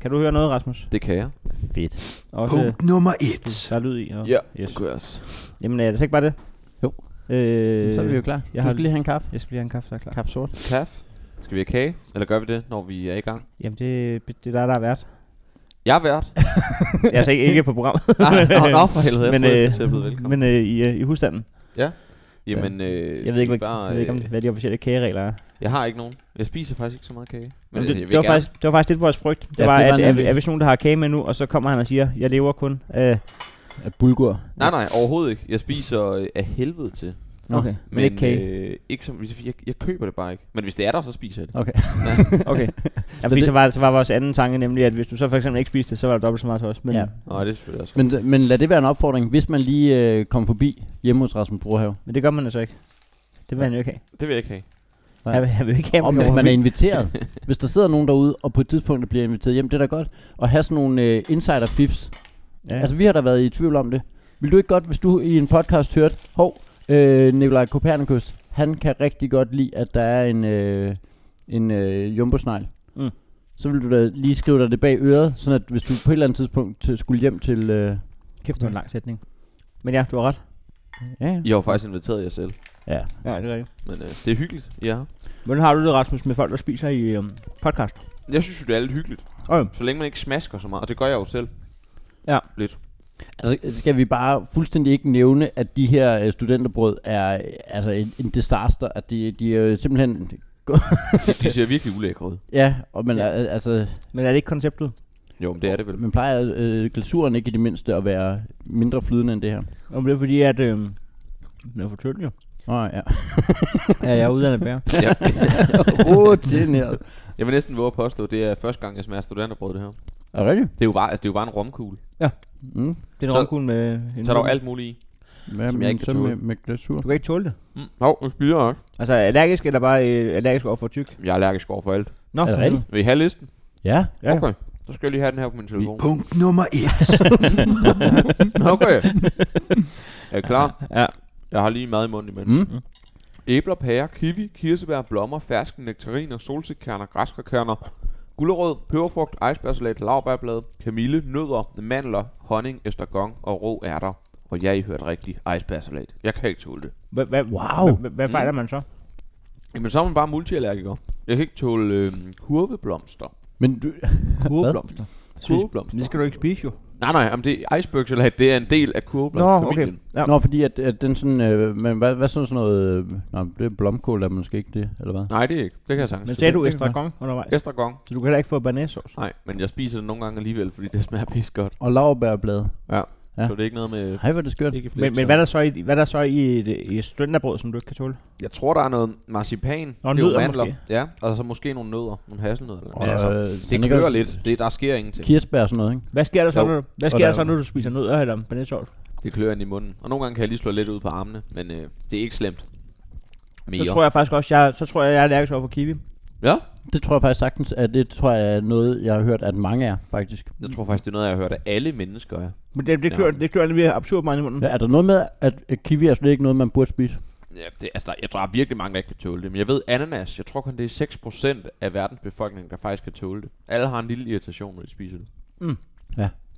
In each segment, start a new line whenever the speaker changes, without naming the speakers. Kan du høre noget, Rasmus?
Det kan jeg.
Fedt. Også,
Punkt nummer et.
der er lyd i. Og,
Ja,
Yes.
kunne jeg også.
Jamen, er det så ikke bare det?
Jo.
Øh,
Så er vi jo klar.
jeg
du
har-
skal lige have en kaffe.
Jeg skal lige have en kaffe, så er jeg klar.
Kaffe sort.
Kaffe. Skal vi have kage? Eller gør vi det, når vi er i gang?
Jamen, det, det er der, der er vært.
Jeg er vært.
altså ikke, ikke på programmet,
Nej, nå, nå, for helvede.
Men,
Jeg men,
øh,
troede, øh, jeg blev velkommen.
men øh, i, øh, i husstanden.
Jamen, øh,
Jeg ved ikke,
skal vi
hvad,
bare,
jeg ved ikke om,
øh,
hvad de officielle kageregler er.
Jeg har ikke nogen. Jeg spiser faktisk ikke så meget kage. Men
Men
jeg,
det,
jeg
det,
vil
var
øh, gerne.
faktisk, det var faktisk lidt vores frygt. Det
Ja,
var,
det
at
var
er, vi-
nemlig-
er vi sådan nogen, der har kage med nu, og så kommer han og siger, jeg lever kun af...
Af bulgur.
Nej, nej, overhovedet ikke. Jeg spiser øh, af helvede til.
Okay.
Men, men ikke kage.
Øh, ikke som, jeg, jeg køber det bare ikke. Men hvis det er der, så spiser jeg det.
Okay.
Okay. ja,
Så
fordi
det-
så var, så var vores anden tanke nemlig, at hvis du så for eksempel ikke spiste det, så var det dobbelt så meget til os. Men,
Ja.
ja.
Nej, det er selvfølgelig også.
Men, men lad det være en opfordring, hvis man lige øh, kommer forbi hjemme hos Rasmus Brohave.
men det gør man altså ikke. Det vil han jo ikke have.
Det vil jeg ikke have.
Nej.
Jeg vil, jeg vil ikke have,
Om
man
hvis
kommer
man er
forbi.
inviteret. Hvis der sidder nogen derude, og på et tidspunkt bliver inviteret hjem, det er da godt. Og have sådan nogle øh, insider-fifs. Ja.
Ja.
Altså, vi har da været i tvivl om det. Vil du ikke godt, hvis du i en podcast hørte, hov, øh, Nikolaj Kopernikus, han kan rigtig godt lide, at der er en, øh, en øh, jumbo-snegl.
Mm.
Så vil du da lige skrive dig det bag øret, sådan at hvis du på et eller andet tidspunkt til, skulle hjem til... Øh,
Kæft, det var en lang sætning. Men ja, du har ret.
ja,
I har jo faktisk inviteret jer selv.
ja.
Ja, det er rigtigt.
Men øh, det er hyggeligt. Ja.
Hvordan har du det, Rasmus, med folk, der spiser i øhm, podcast?
Jeg synes jo, det er lidt hyggeligt.
Okay.
Så længe man ikke smasker så meget. Og det gør jeg jo selv.
Ja.
Lidt.
Altså, skal vi bare fuldstændig ikke nævne, at de her øh, studenterbrød er øh, altså en, en disaster, at de, de er jo simpelthen...
De, de ser virkelig ulækre ud.
Ja, og man,
Ja.
ja. altså,
Men er det ikke konceptet?
Jo, men det er det vel.
man plejer øh, glasuren ikke i det mindste at være mindre flydende end det her.
Om det er fordi, at... Øhm, den er for tynd, jo.
Åh, oh, ja.
ja, jeg er uddannet bærer.
Ja.
Rutineret.
Jeg vil næsten våge at påstå, at det er første gang, jeg smager studenterbrød, det her.
Er det rigtigt?
Det er jo bare, altså, det er jo bare en romkugle.
Mm.
Det er en
Så-
romkugle med... En
Så er der jo alt muligt i.
Hvad
Som jeg ikke kan
så
tåle.
med, med glasur?
Du kan ikke tåle det.
Mm. Hov, nu spiser jeg også.
Altså allergisk, eller bare øh, allergisk over for tyk?
Jeg er allergisk over for alt.
Nå,
Er det
for
rigtigt?
Vil I have listen?
Ja.
Ja.
Okay. Så skal jeg lige have den her på min telefon.
Punkt nummer et.
Okay. Er I klar?
helvede. Ja.
Jeg har lige mad i munden imens. Mm.
Mm.
Æbler, pærer, kiwi, kirsebær, blommer, ferske nektariner, solsikkerner, græskerkerner, gulerød, peberfrugt, icebergsalat, laurbærblade, kamille, nødder, mandler, honning, estragon og rå ærter. Og ja, I hørte rigtigt, icebergsalat. Jeg kan ikke tåle det.
Hva, hva,
Wow.
Hva, hvad fejler man så?
Jamen så er man bare multiallergiker. Jeg kan ikke tåle øh, kurveblomster.
Men du...
Kurveblomster.
Kurveblomster.
Det skal du ikke spise jo.
Nej, nej, jamen det icebergsalat, det er en del af kurveblomsterfamilien.
Ja.
Nå, fordi at, at den sådan... Øh, men hvad, hvad synes sådan noget... Øh, nå, det er blomkål, er måske ikke det, eller hvad?
Nej, det er ikke. Det kan jeg sagtens.
Men sagde
det-
du
det kan
ekstra gong undervejs?
Estragon.
Så du kan heller ikke få banæssauce.
Nej, men jeg spiser det nogle gange alligevel, fordi det smager pis godt.
Og laurbærblade. Ja.
Ja. Så det er ikke noget med...
Hej, hvor er det skørt.
Ikke
Men, men hvad er der så i, hvad er der så i, et, i et studenterbrød, som du ikke kan tåle?
Jeg tror, der er noget marcipan.
Nå,
det er jo
nødder
mandler.
måske.
Ja, og så måske nogle nødder. Nogle hasselnødder. Eller
Og,
noget.
øh,
det
sådan ikke
kører
også
lidt. Det, der sker ingenting.
Kirsebær og sådan noget, ikke?
Hvad sker der så,
Jo.
når, du- hvad
Og
sker der
der-
så, når du spiser nødder eller banæssauce?
Det klør ind i munden. Og nogle gange kan jeg lige slå lidt ud på armene, men øh, det er ikke slemt. Mere.
Så tror jeg faktisk også, jeg, så tror jeg, jeg er allergisk over for kiwi.
Ja,
Det tror jeg faktisk sagtens, at det tror jeg er noget, jeg har hørt, at mange er, faktisk.
jeg tror faktisk, det er noget, jeg har hørt af alle mennesker. Ja.
Men det, det,
Ja.
kører, det kører nemlig absurd meget i munden.
Ja, er der noget med, at at kiwi er slet ikke noget, man burde spise?
Ja, det, altså, der, jeg tror, der er virkelig mange, der ikke kan tåle det. Men jeg ved, ananas, jeg tror kun, det er 6% af verdens befolkning, der faktisk kan tåle det. Alle har en lille irritation, når de spiser det.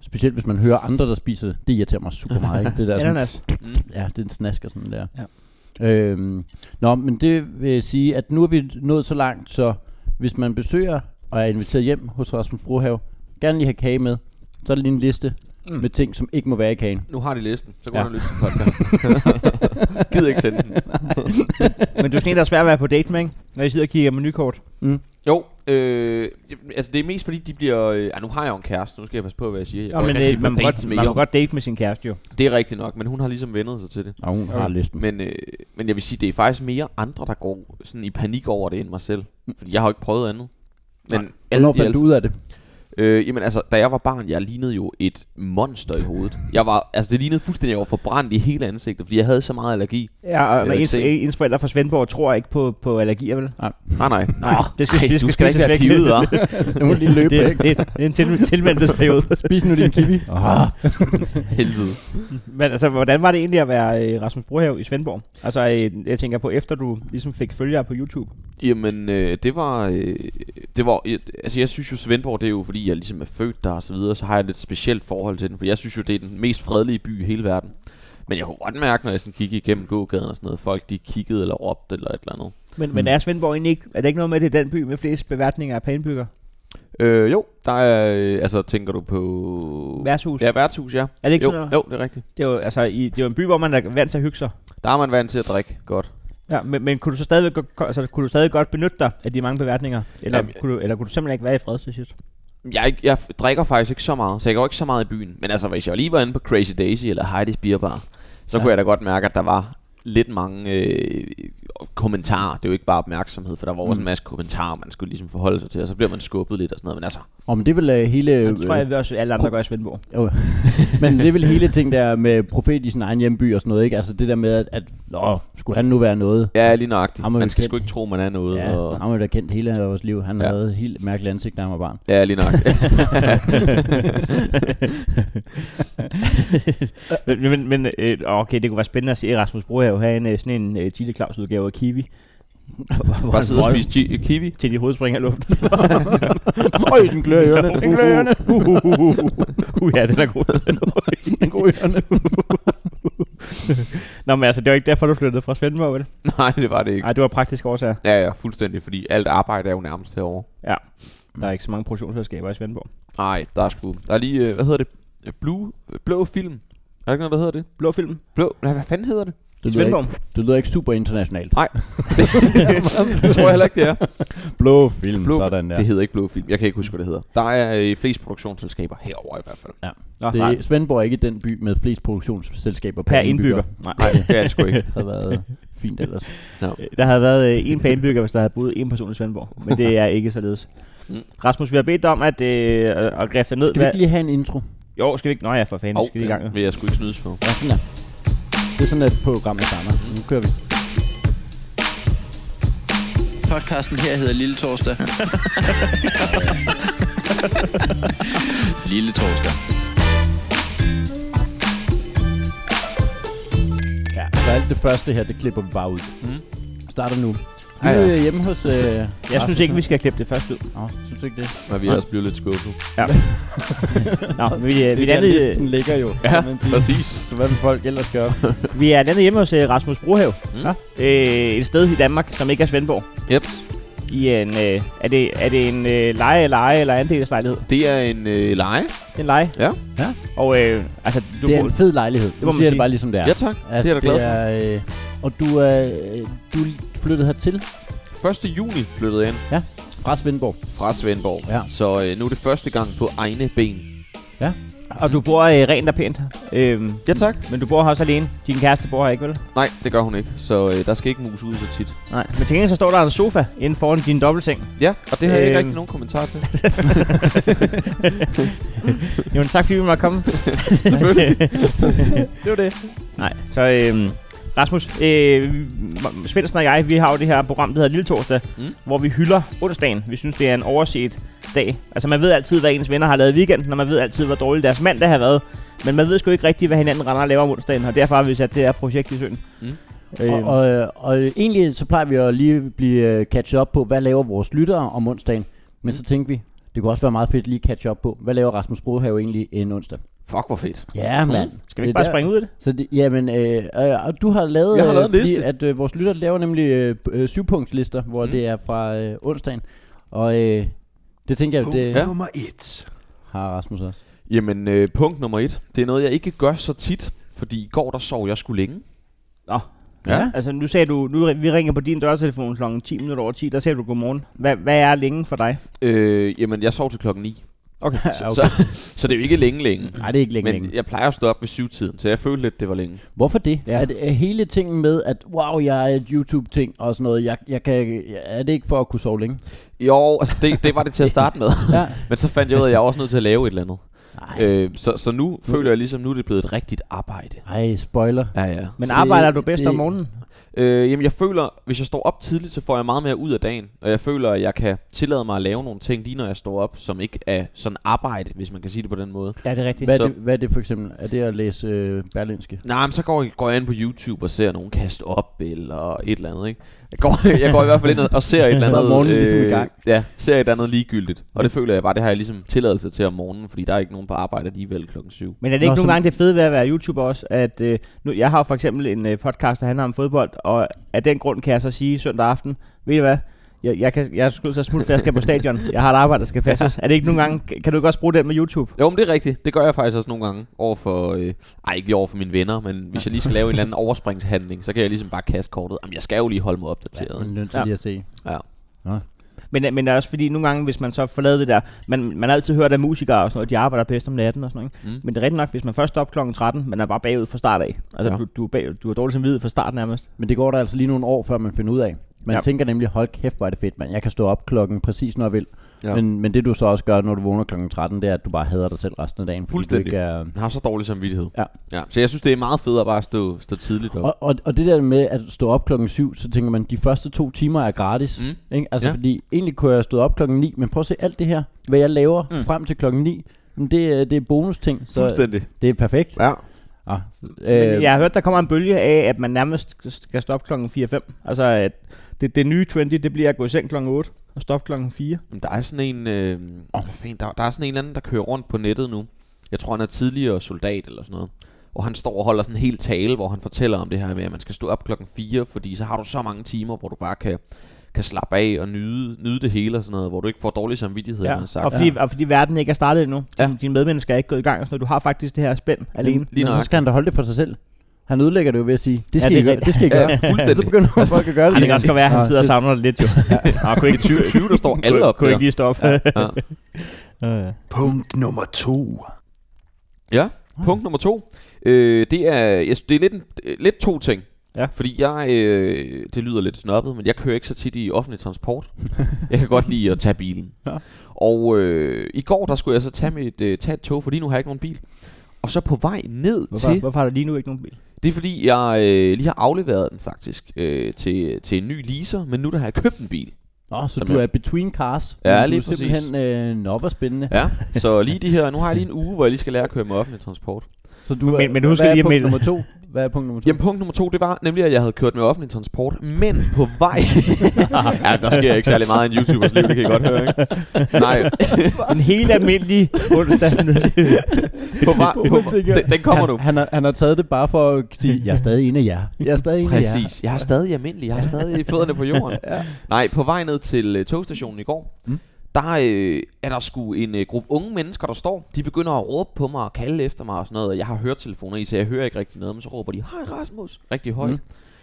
Specielt hvis man hører andre, der spiser det. Det irriterer mig super meget, ikke? Det der sådan,
Ananas.
Mm.
Ja, det er en snask og sådan der.
Ja.
Øhm, nå, men det vil sige, at nu er vi nået så langt, så hvis man besøger og er inviteret hjem hos Rasmus Brohave, gerne lige have kage med, så er der lige en liste mm. med ting, som ikke må være i kagen.
Nu har de listen, så går
Ja.
ja. han og lytter til podcasten. Gider ikke sende den.
Men du er sådan en, der er svær at være på date med, ikke? Når I sidder og kigger menukort.
Jo, øh, altså det er mest fordi, de bliver... Øh, ah, nu har jeg jo en kæreste, nu skal jeg passe på, hvad jeg siger. Jeg
Nå,
går
men
ikke rigtig
det,
på
man, må
dates
godt,
med
man må
jer.
godt date med sin kæreste jo.
Det er rigtigt nok, men hun har ligesom vendet sig til det.
Og hun har
Okay.
listen.
Men, øh, men jeg vil sige, det er faktisk mere andre, der går sådan i panik over det end mig selv. Fordi jeg har jo ikke prøvet andet. Men
Nej.
alle
Hvornår
de altså-
fandt du ud af det?
Øh, jamen altså, da jeg var barn, jeg lignede jo et monster i hovedet. Jeg var, altså det lignede fuldstændig, at jeg var forbrændt i hele ansigtet, fordi jeg havde så meget allergi.
Ja, og
vil
men
ikke
ens,
se.
ens forældre fra Svendborg tror ikke på, på allergier, vel?
Nej, nej.
Nej, det skal,
Ej,
det skal,
du skal da ikke
spises
være
væk.
pivet, hva'?
Jeg må lige løbe
det,
væk.
det, det, det er en til, tilmeldelsesperiode.
Spis nu din kiwi. Ah,
Helvede.
Men altså, hvordan var det egentlig at være øh, Rasmus Brohave i Svendborg? Altså, øh, jeg tænker på, efter du ligesom fik følgere på YouTube.
Jamen, øh, det var... Øh, det var øh, altså, jeg synes jo, Svendborg, det er jo fordi, fordi jeg ligesom er født der og så videre, så har jeg et lidt specielt forhold til den, for jeg synes jo, det er den mest fredelige by i hele verden. Men jeg kunne godt mærke, når jeg sådan kiggede igennem gågaden og sådan noget, folk de kiggede eller råbte eller et eller andet.
Men, men
Mm.
er Svendborg egentlig ikke, er det ikke noget med, at det er den by med flest beværtninger af panbygger?
Øh, jo, der er, øh, altså tænker du på...
Værtshus?
Ja, værtshus, ja.
Er det ikke
jo,
sådan noget?
jo, det er rigtigt.
Det er jo, altså, i, det er jo en by, hvor man er vant til at hygge sig.
Der er man vant til at drikke godt.
Ja, men, men kunne, du så stadig, altså, kunne du stadig godt benytte dig af de mange beværtninger? Eller,
Jamen,
kunne, du, eller kunne du simpelthen ikke være i fred til sidst?
Jeg, er ikke- jeg drikker faktisk ikke så meget, så jeg går ikke så meget i byen. Men altså, hvis jeg lige var inde på Crazy Daisy eller Heidi's Beer Bar, så ja.
Ja.
kunne jeg da godt mærke, at der var lidt mange øh, kommentarer. Det er jo ikke bare opmærksomhed, for der var også en masse kommentarer, man skulle ligesom forholde sig til, og så bliver man skubbet lidt og sådan noget. Men altså,
Og men det vil uh, hele...
Øh, det tror
øh,
jeg også, alle andre gør i Svendborg.
Jo. Men det er vel hele ting der med profet i sin egen hjemby og sådan noget, ikke? Altså det der med, at, at nå, skulle han nu være noget?
ja, lige nøjagtigt.
Ham er
Man
vi
skal
kendt.
sgu ikke tro, man er noget.
Ja,
og,
han var da kendt hele vores liv. Han
Ja.
ja. havde et helt mærkeligt ansigt, da han var barn.
ja lige nøjagtigt.
men, men, men øh, okay, det kunne være spændende at se Rasmus Brohave have en, øh, sådan en øh, Chile Claus udgave af Kiwi. Hvor
bare
han
sidde og
røg
spise ki- kiwi.
Til de hovedspringer i luften.
Øj, den glør i ørerne.
Den glør i ørerne. Uh, uh, uh, uh, uh. Uh, ja, den er god. Den er god.
Den går i ørerne.
Nå, men altså, det var ikke derfor, du flyttede fra Svendborg, vel?
Nej, det var det ikke.
Nej, det var praktisk årsager.
Ja, ja, fuldstændig, fordi alt arbejde er jo nærmest herovre.
Der er ikke så mange produktionsselskaber i Svendborg.
Nej, der er sgu... Der er lige, øh, hvad hedder det? Øh, Blue, øh, blå film. Er der ikke noget, der hedder det?
Blå film.
Blå, nej, hvad fanden hedder det?
Det lyder,
Svendborg.
ikke, det lyder ikke super internationalt.
det tror jeg heller ikke, det er.
Blå film,
Blå
Blå
film.
sådan der.
Det hedder ikke blå film. Jeg kan ikke huske, hvad det hedder. Der er øh, flest produktionsselskaber herover i hvert fald.
Nå,
Det
nej.
er, Svendborg er ikke den by med flest produktionsselskaber
Per indbygger. Nej.
Nej, det er det sgu ikke.
Det havde været fint ellers.
Der havde været øh, en per indbygger, hvis der havde boet en person i Svendborg. Men det er ikke således.
Mm.
Rasmus, vi har bedt dig om at, øh, at- at griffe ned.
Skal vi
Hvad?
ikke lige have en intro?
Jo, skal vi ikke? Nå ja, for fanden.
Åh,
Oh, skal vi i gang. jo.
den vil jeg sgu ikke snydes for.
Ja, sådan der. Det er sådan, at programmet starter. Nu kører vi.
Podcasten her hedder Lille Torsdag. Lille Torsdag.
Ja, så alt det første her, det klipper vi bare ud.
Mm.
Starter nu. Vi
Ja,
er
ja.
ja. hjemme hos... Øh,
Jeg synes ikke, vi skal klippe det først ud.
Nå, synes du ikke det?
Men vi er også blevet lidt skuffet.
Nå, men vi, øh, vi,
det
er
er der,
landet,
listen ligger jo. kan man sige.
præcis.
Så hvad vil folk ellers gøre?
øh, vi er landet hjemme hos øh, Rasmus Brohave.
Mm.
Ja. Øh, et sted i Danmark, som ikke er Svendborg.
Yep.
I en, øh, er, det, er det en øh, leje, leje eller andelslejlighed?
Det er en øh, leje.
Det er en leje.
Ja.
Ja.
Og øh, altså, du
det er
bor-
en fed lejlighed. Det
må
må
man
du siger det
sige.
bare ligesom det er.
Ja, tak.
altså,
det er jeg da glad for.
er, øh, Og du er, øh, du er flyttet hertil
1. juni flyttede jeg ind
fra Svendborg.
fra Svendborg.
Ja.
Så øh, nu er det første gang på egne ben.
Og du bor øh, rent og pænt. Øhm,
Ja, tak.
men du bor her også alene. Din kæreste bor her ikke, vel?
Nej, det gør hun ikke. Så øh, der skal ikke mus ud så tit.
Nej. Men til gengæld så står der en sofa inden foran din dobbeltseng.
Ja, og det har jeg ikke
Øhm.
rigtig nogen kommentar til.
Jamen tak fordi vi måtte komme.
det var det.
Nej, så øhm, Rasmus, øh, M- Svendsen og jeg, vi har jo det her program, der hedder Lille Torsdag,
Mm.
mm. hvor vi hylder onsdagen. Vi synes, det er en overset dag. Altså man ved altid, hvad ens venner har lavet i weekenden, og man ved altid, hvor dårlig deres mandag har været. Men man ved sgu ikke rigtigt, hvad hinanden render og laver om onsdagen, og derfor har vi sat det her projekt i søen.
Mm.
Mm.
Og, og, øh, og øh, egentlig så plejer vi at lige blive øh, catchet op på, hvad laver vores lyttere om onsdagen. Men så tænkte vi, det kunne også være meget fedt lige at catche op på, hvad laver Rasmus Brohave egentlig en onsdag?
Fuck, hvor fedt.
Ja, mand.
Skal vi ikke bare springe ud af det?
Så det, jamen, øh, øh, og du har lavet,
Jeg har lavet en
fordi
liste.
at øh, vores lytter laver nemlig øh, p- øh, syvpunktslister, hvor
Mm.
mm. det er fra øh, onsdagen. Og øh, det tænker jeg, det
Ja.
ja.
nummer et.
har Rasmus også.
Jamen, øh, punkt nummer et. Det er noget, jeg ikke gør så tit, fordi i går der sov jeg skulle længe.
Nå.
Ja.
Altså nu sagde du, nu, vi ringer på din dørtelefon kl. 10 minutter over 10, der sagde du godmorgen. Hvad, hvad er længe for dig?
Øh, jamen, jeg sov til klokken 9.
Okay.
Så,
Ja, okay.
så, så det er jo ikke længe længe.
Nej, det er ikke længe,
Men
længe.
jeg plejer at stå op ved syvtiden, så jeg følte lidt, det var længe.
Hvorfor det?
Ja.
Ja. Er det er hele tingen med, at wow, jeg er et YouTube-ting og sådan noget, jeg, jeg kan, er det ikke for at kunne sove længe?
Jo, altså det, det var det til at starte med.
Ja.
Men så fandt jeg ud af, at jeg er også nødt til at lave et eller andet.
Nej.
Øh, så, så nu føler jeg ligesom, nu er det blevet et rigtigt arbejde.
Ej, spoiler.
Ja, ja.
Men
Så
arbejder
det-
du bedst
det-
om morgenen?
Øh, jamen jeg føler, hvis jeg står op tidligt, så får jeg meget mere ud af dagen. Og jeg føler, at jeg kan tillade mig at lave nogle ting, lige når jeg står op, som ikke er sådan arbejde, hvis man kan sige det på den måde.
Ja, det er rigtigt.
Hvad
Så-
er, det, hvad er det for eksempel? Er det at læse øh, Berlinske?
Nej, men så går, jeg- går jeg ind på YouTube og ser nogen kaste op eller et eller andet, ikke? Jeg går, jeg går i hvert fald ind og- og ser et eller
Så er
andet... øh,
morgenen ligesom i gang.
Ja, ser et eller andet ligegyldigt. Og det føler jeg bare, det har jeg ligesom tilladelse til om morgenen, fordi der er ikke nogen på arbejde alligevel klokken syv.
Men er det
Nå,
ikke nogle
så-
gange det fede ved at være YouTuber også, at øh, nu, jeg har jo for eksempel en øh, podcast, der handler om fodbold, og af den grund kan jeg så sige søndag aften, ved I hvad, jeg, jeg, kan, jeg er skudt til at smutte, for jeg skal på stadion, jeg har et arbejde, der skal passes. Er det ikke nogle gange, kan du ikke også bruge den med YouTube?
Jo, men det er rigtigt. Det gør jeg faktisk også nogle gange over for... Øh, ej, ikke lige over for mine venner, men hvis jeg lige skal lave en eller anden overspringshandling, så kan jeg ligesom bare kaste kortet. Jamen, jeg skal jo lige holde mig opdateret.
Man
ikke?
lønner
Ja.
ja. lige at se.
Ja.
Men, øh, men det er også fordi, nogle gange, hvis man så får lavet det der, man, man har altid hørt af musikere og sådan noget, de arbejder bedst om natten og sådan noget. Ikke?
Mm.
Mm. Men det er rigtigt nok, hvis man først stopper klokken 13, man er bare bagud fra start af. Altså,
Ja.
ja. du, du, er bag, du er dårlig som hvid fra start nærmest.
Men det går der altså lige nogle år, før man finder ud af. Man
Ja.
ja. tænker nemlig, hold kæft, hvor er det fedt, mand. Jeg kan stå op klokken præcis, når jeg vil.
Ja.
Ja. Men, men det du så også gør, når du vågner klokken 13, det er, at du bare hader dig selv resten af dagen. Fordi
Fuldstændig.
Du ikke er,
Jeg har så dårlig samvittighed.
Ja.
ja. Så jeg synes, det er meget fedt at bare stå, stå tidligt op.
Og, og, og det der med at stå op klokken 7, så tænker man, de første to timer er gratis.
Mm.
Mm. Ikke? Altså
Ja.
ja. fordi, egentlig kunne jeg stå op klokken 9, men prøv at se alt det her, hvad jeg laver
Mm.
mm. frem til klokken 9. Men det, er- det er bonusting, så det er perfekt.
Ja.
Ah,
Øh,
øh,
jeg har hørt, der kommer en bølge af, at man nærmest skal stoppe klokken 4-5. Altså, at det, det nye trendy, det bliver at gå i seng klokken 8 og stoppe klokken 4.
Men Der er sådan en... Øh, oh. der, der er sådan en eller anden, der kører rundt på nettet nu. Jeg tror, han er tidligere soldat eller sådan noget. Og han står og holder sådan en hel tale, hvor han fortæller om det her med, at man skal stå op klokken 4, fordi så har du så mange timer, hvor du bare kan, kan slappe af og nyde, nyde det hele og sådan noget, hvor du ikke får dårlig samvittighed, ja.
Ja.
har sagt.
Og, fordi, ja. og fordi verden ikke er startet endnu.
Ja.
Ja. Din, dine medmennesker er ikke gået i gang. og sådan noget. Du har faktisk det her spænd alene.
lige
lige men så
nøjagtigt.
skal han da holde det for sig selv. Han ødelægger det jo ved at sige, det
Ja,
skal,
det
ja,
er
I, gøre,
rigtigt.
det skal I gøre.
Ja, fuldstændig.
så begynder altså, folk at gøre det.
Ej, det kan også godt være, at han
Ah,
sidder og
shit.
savner det lidt jo. Nå, kunne ikke,
2020, der står alle
kunne-
op
kunne
der.
ikke lige stoppe.
Ja.
Ja.
Øh.
Punkt nummer to.
Ja, punkt nummer to. Øh, det er, jeg, synes, det er lidt, en, øh, lidt to ting.
Ja.
Fordi jeg, øh, det lyder lidt snobbet, men jeg kører ikke så tit i offentlig transport. jeg kan godt lide at tage bilen.
Ja.
Og øh, i går, der skulle jeg så tage, mit, øh, tage et tog, fordi nu har jeg ikke nogen bil. Og så på vej ned
Hvorfor,
til...
hvorfor har du lige nu ikke nogen bil?
Det er fordi, jeg øh, lige har afleveret den faktisk øh, til, til en ny leaser, men nu der har jeg købt en bil.
Nå, så
Som
du
jeg-
er between cars.
Ja,
men du
lige
er simpelthen øh, nå, hvor spændende.
Ja, så lige de her, nu har jeg lige en uge, hvor jeg lige skal lære at køre med offentlig transport.
Så du, er-
Men- men du
hvad
skal
er
lige
punkt
melde-
nummer to? Hvad er punkt nummer to?
Jamen punkt nummer to, det var nemlig, at jeg havde kørt med offentlig transport, men på vej... ja, der sker ikke særlig meget i en YouTubers liv, det kan I godt høre, ikke? Nej,
En helt almindelig onsdag.
på vej... På, den, den kommer
han,
nu.
Han har, han har taget det bare for at sige, jeg er stadig en af jer. Jeg er stadig en af jer.
Præcis. Jeg er stadig almindelig. Jeg er stadig fødderne på jorden. ja. Nej, på vej ned til øh, togstationen i går, mm.
Mm.
der øh, er der sgu en øh, gruppe unge mennesker, der står. De begynder at råbe på mig og kalde efter mig og sådan noget. Og jeg har høretelefoner i, så jeg hører ikke rigtig noget. Men så råber de, hej Rasmus, rigtig højt. Mm.
Mm.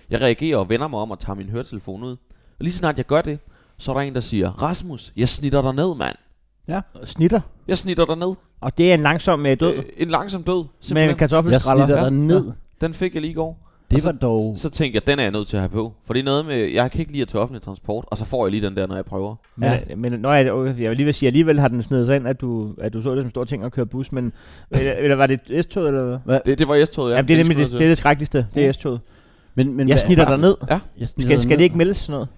Jeg reagerer og vender mig om og tager min høretelefon ud. Og lige så snart jeg gør det, så er der en, der siger, Rasmus, jeg snitter dig ned, mand.
Snitter.
Jeg snitter dig ned.
Og det er en langsom øh, død.
Øh, en langsom død.
med en
Simpelthen.
Jeg
kartoffelskræller.
snitter dig ned.
Den fik jeg lige i går.
Det
så-
var dog...
Mm. Så tænkte jeg, den er jeg nødt til at have på. For det er noget med, jeg kan ikke lide at tage offentlig transport, og så får jeg lige den der, når jeg prøver.
Men,
Ja.
ja. men når jeg, jeg vil lige vil sige, alligevel har den snedet sig ind, at du, at du så det som en stor ting at køre bus, men eller, eller var det S-toget? Eller? hvad?
Det, det var S-toget, ja.
Jamen, det er nemlig det,
skulle
det, er det skrækkeligste, det er S-toget.
Men, men,
Jeg
hvad-
snitter dig ned.
Ja.
Jeg snitter
Skal,
dig
skal det
ned.
ikke meldes sådan noget?
jeg til.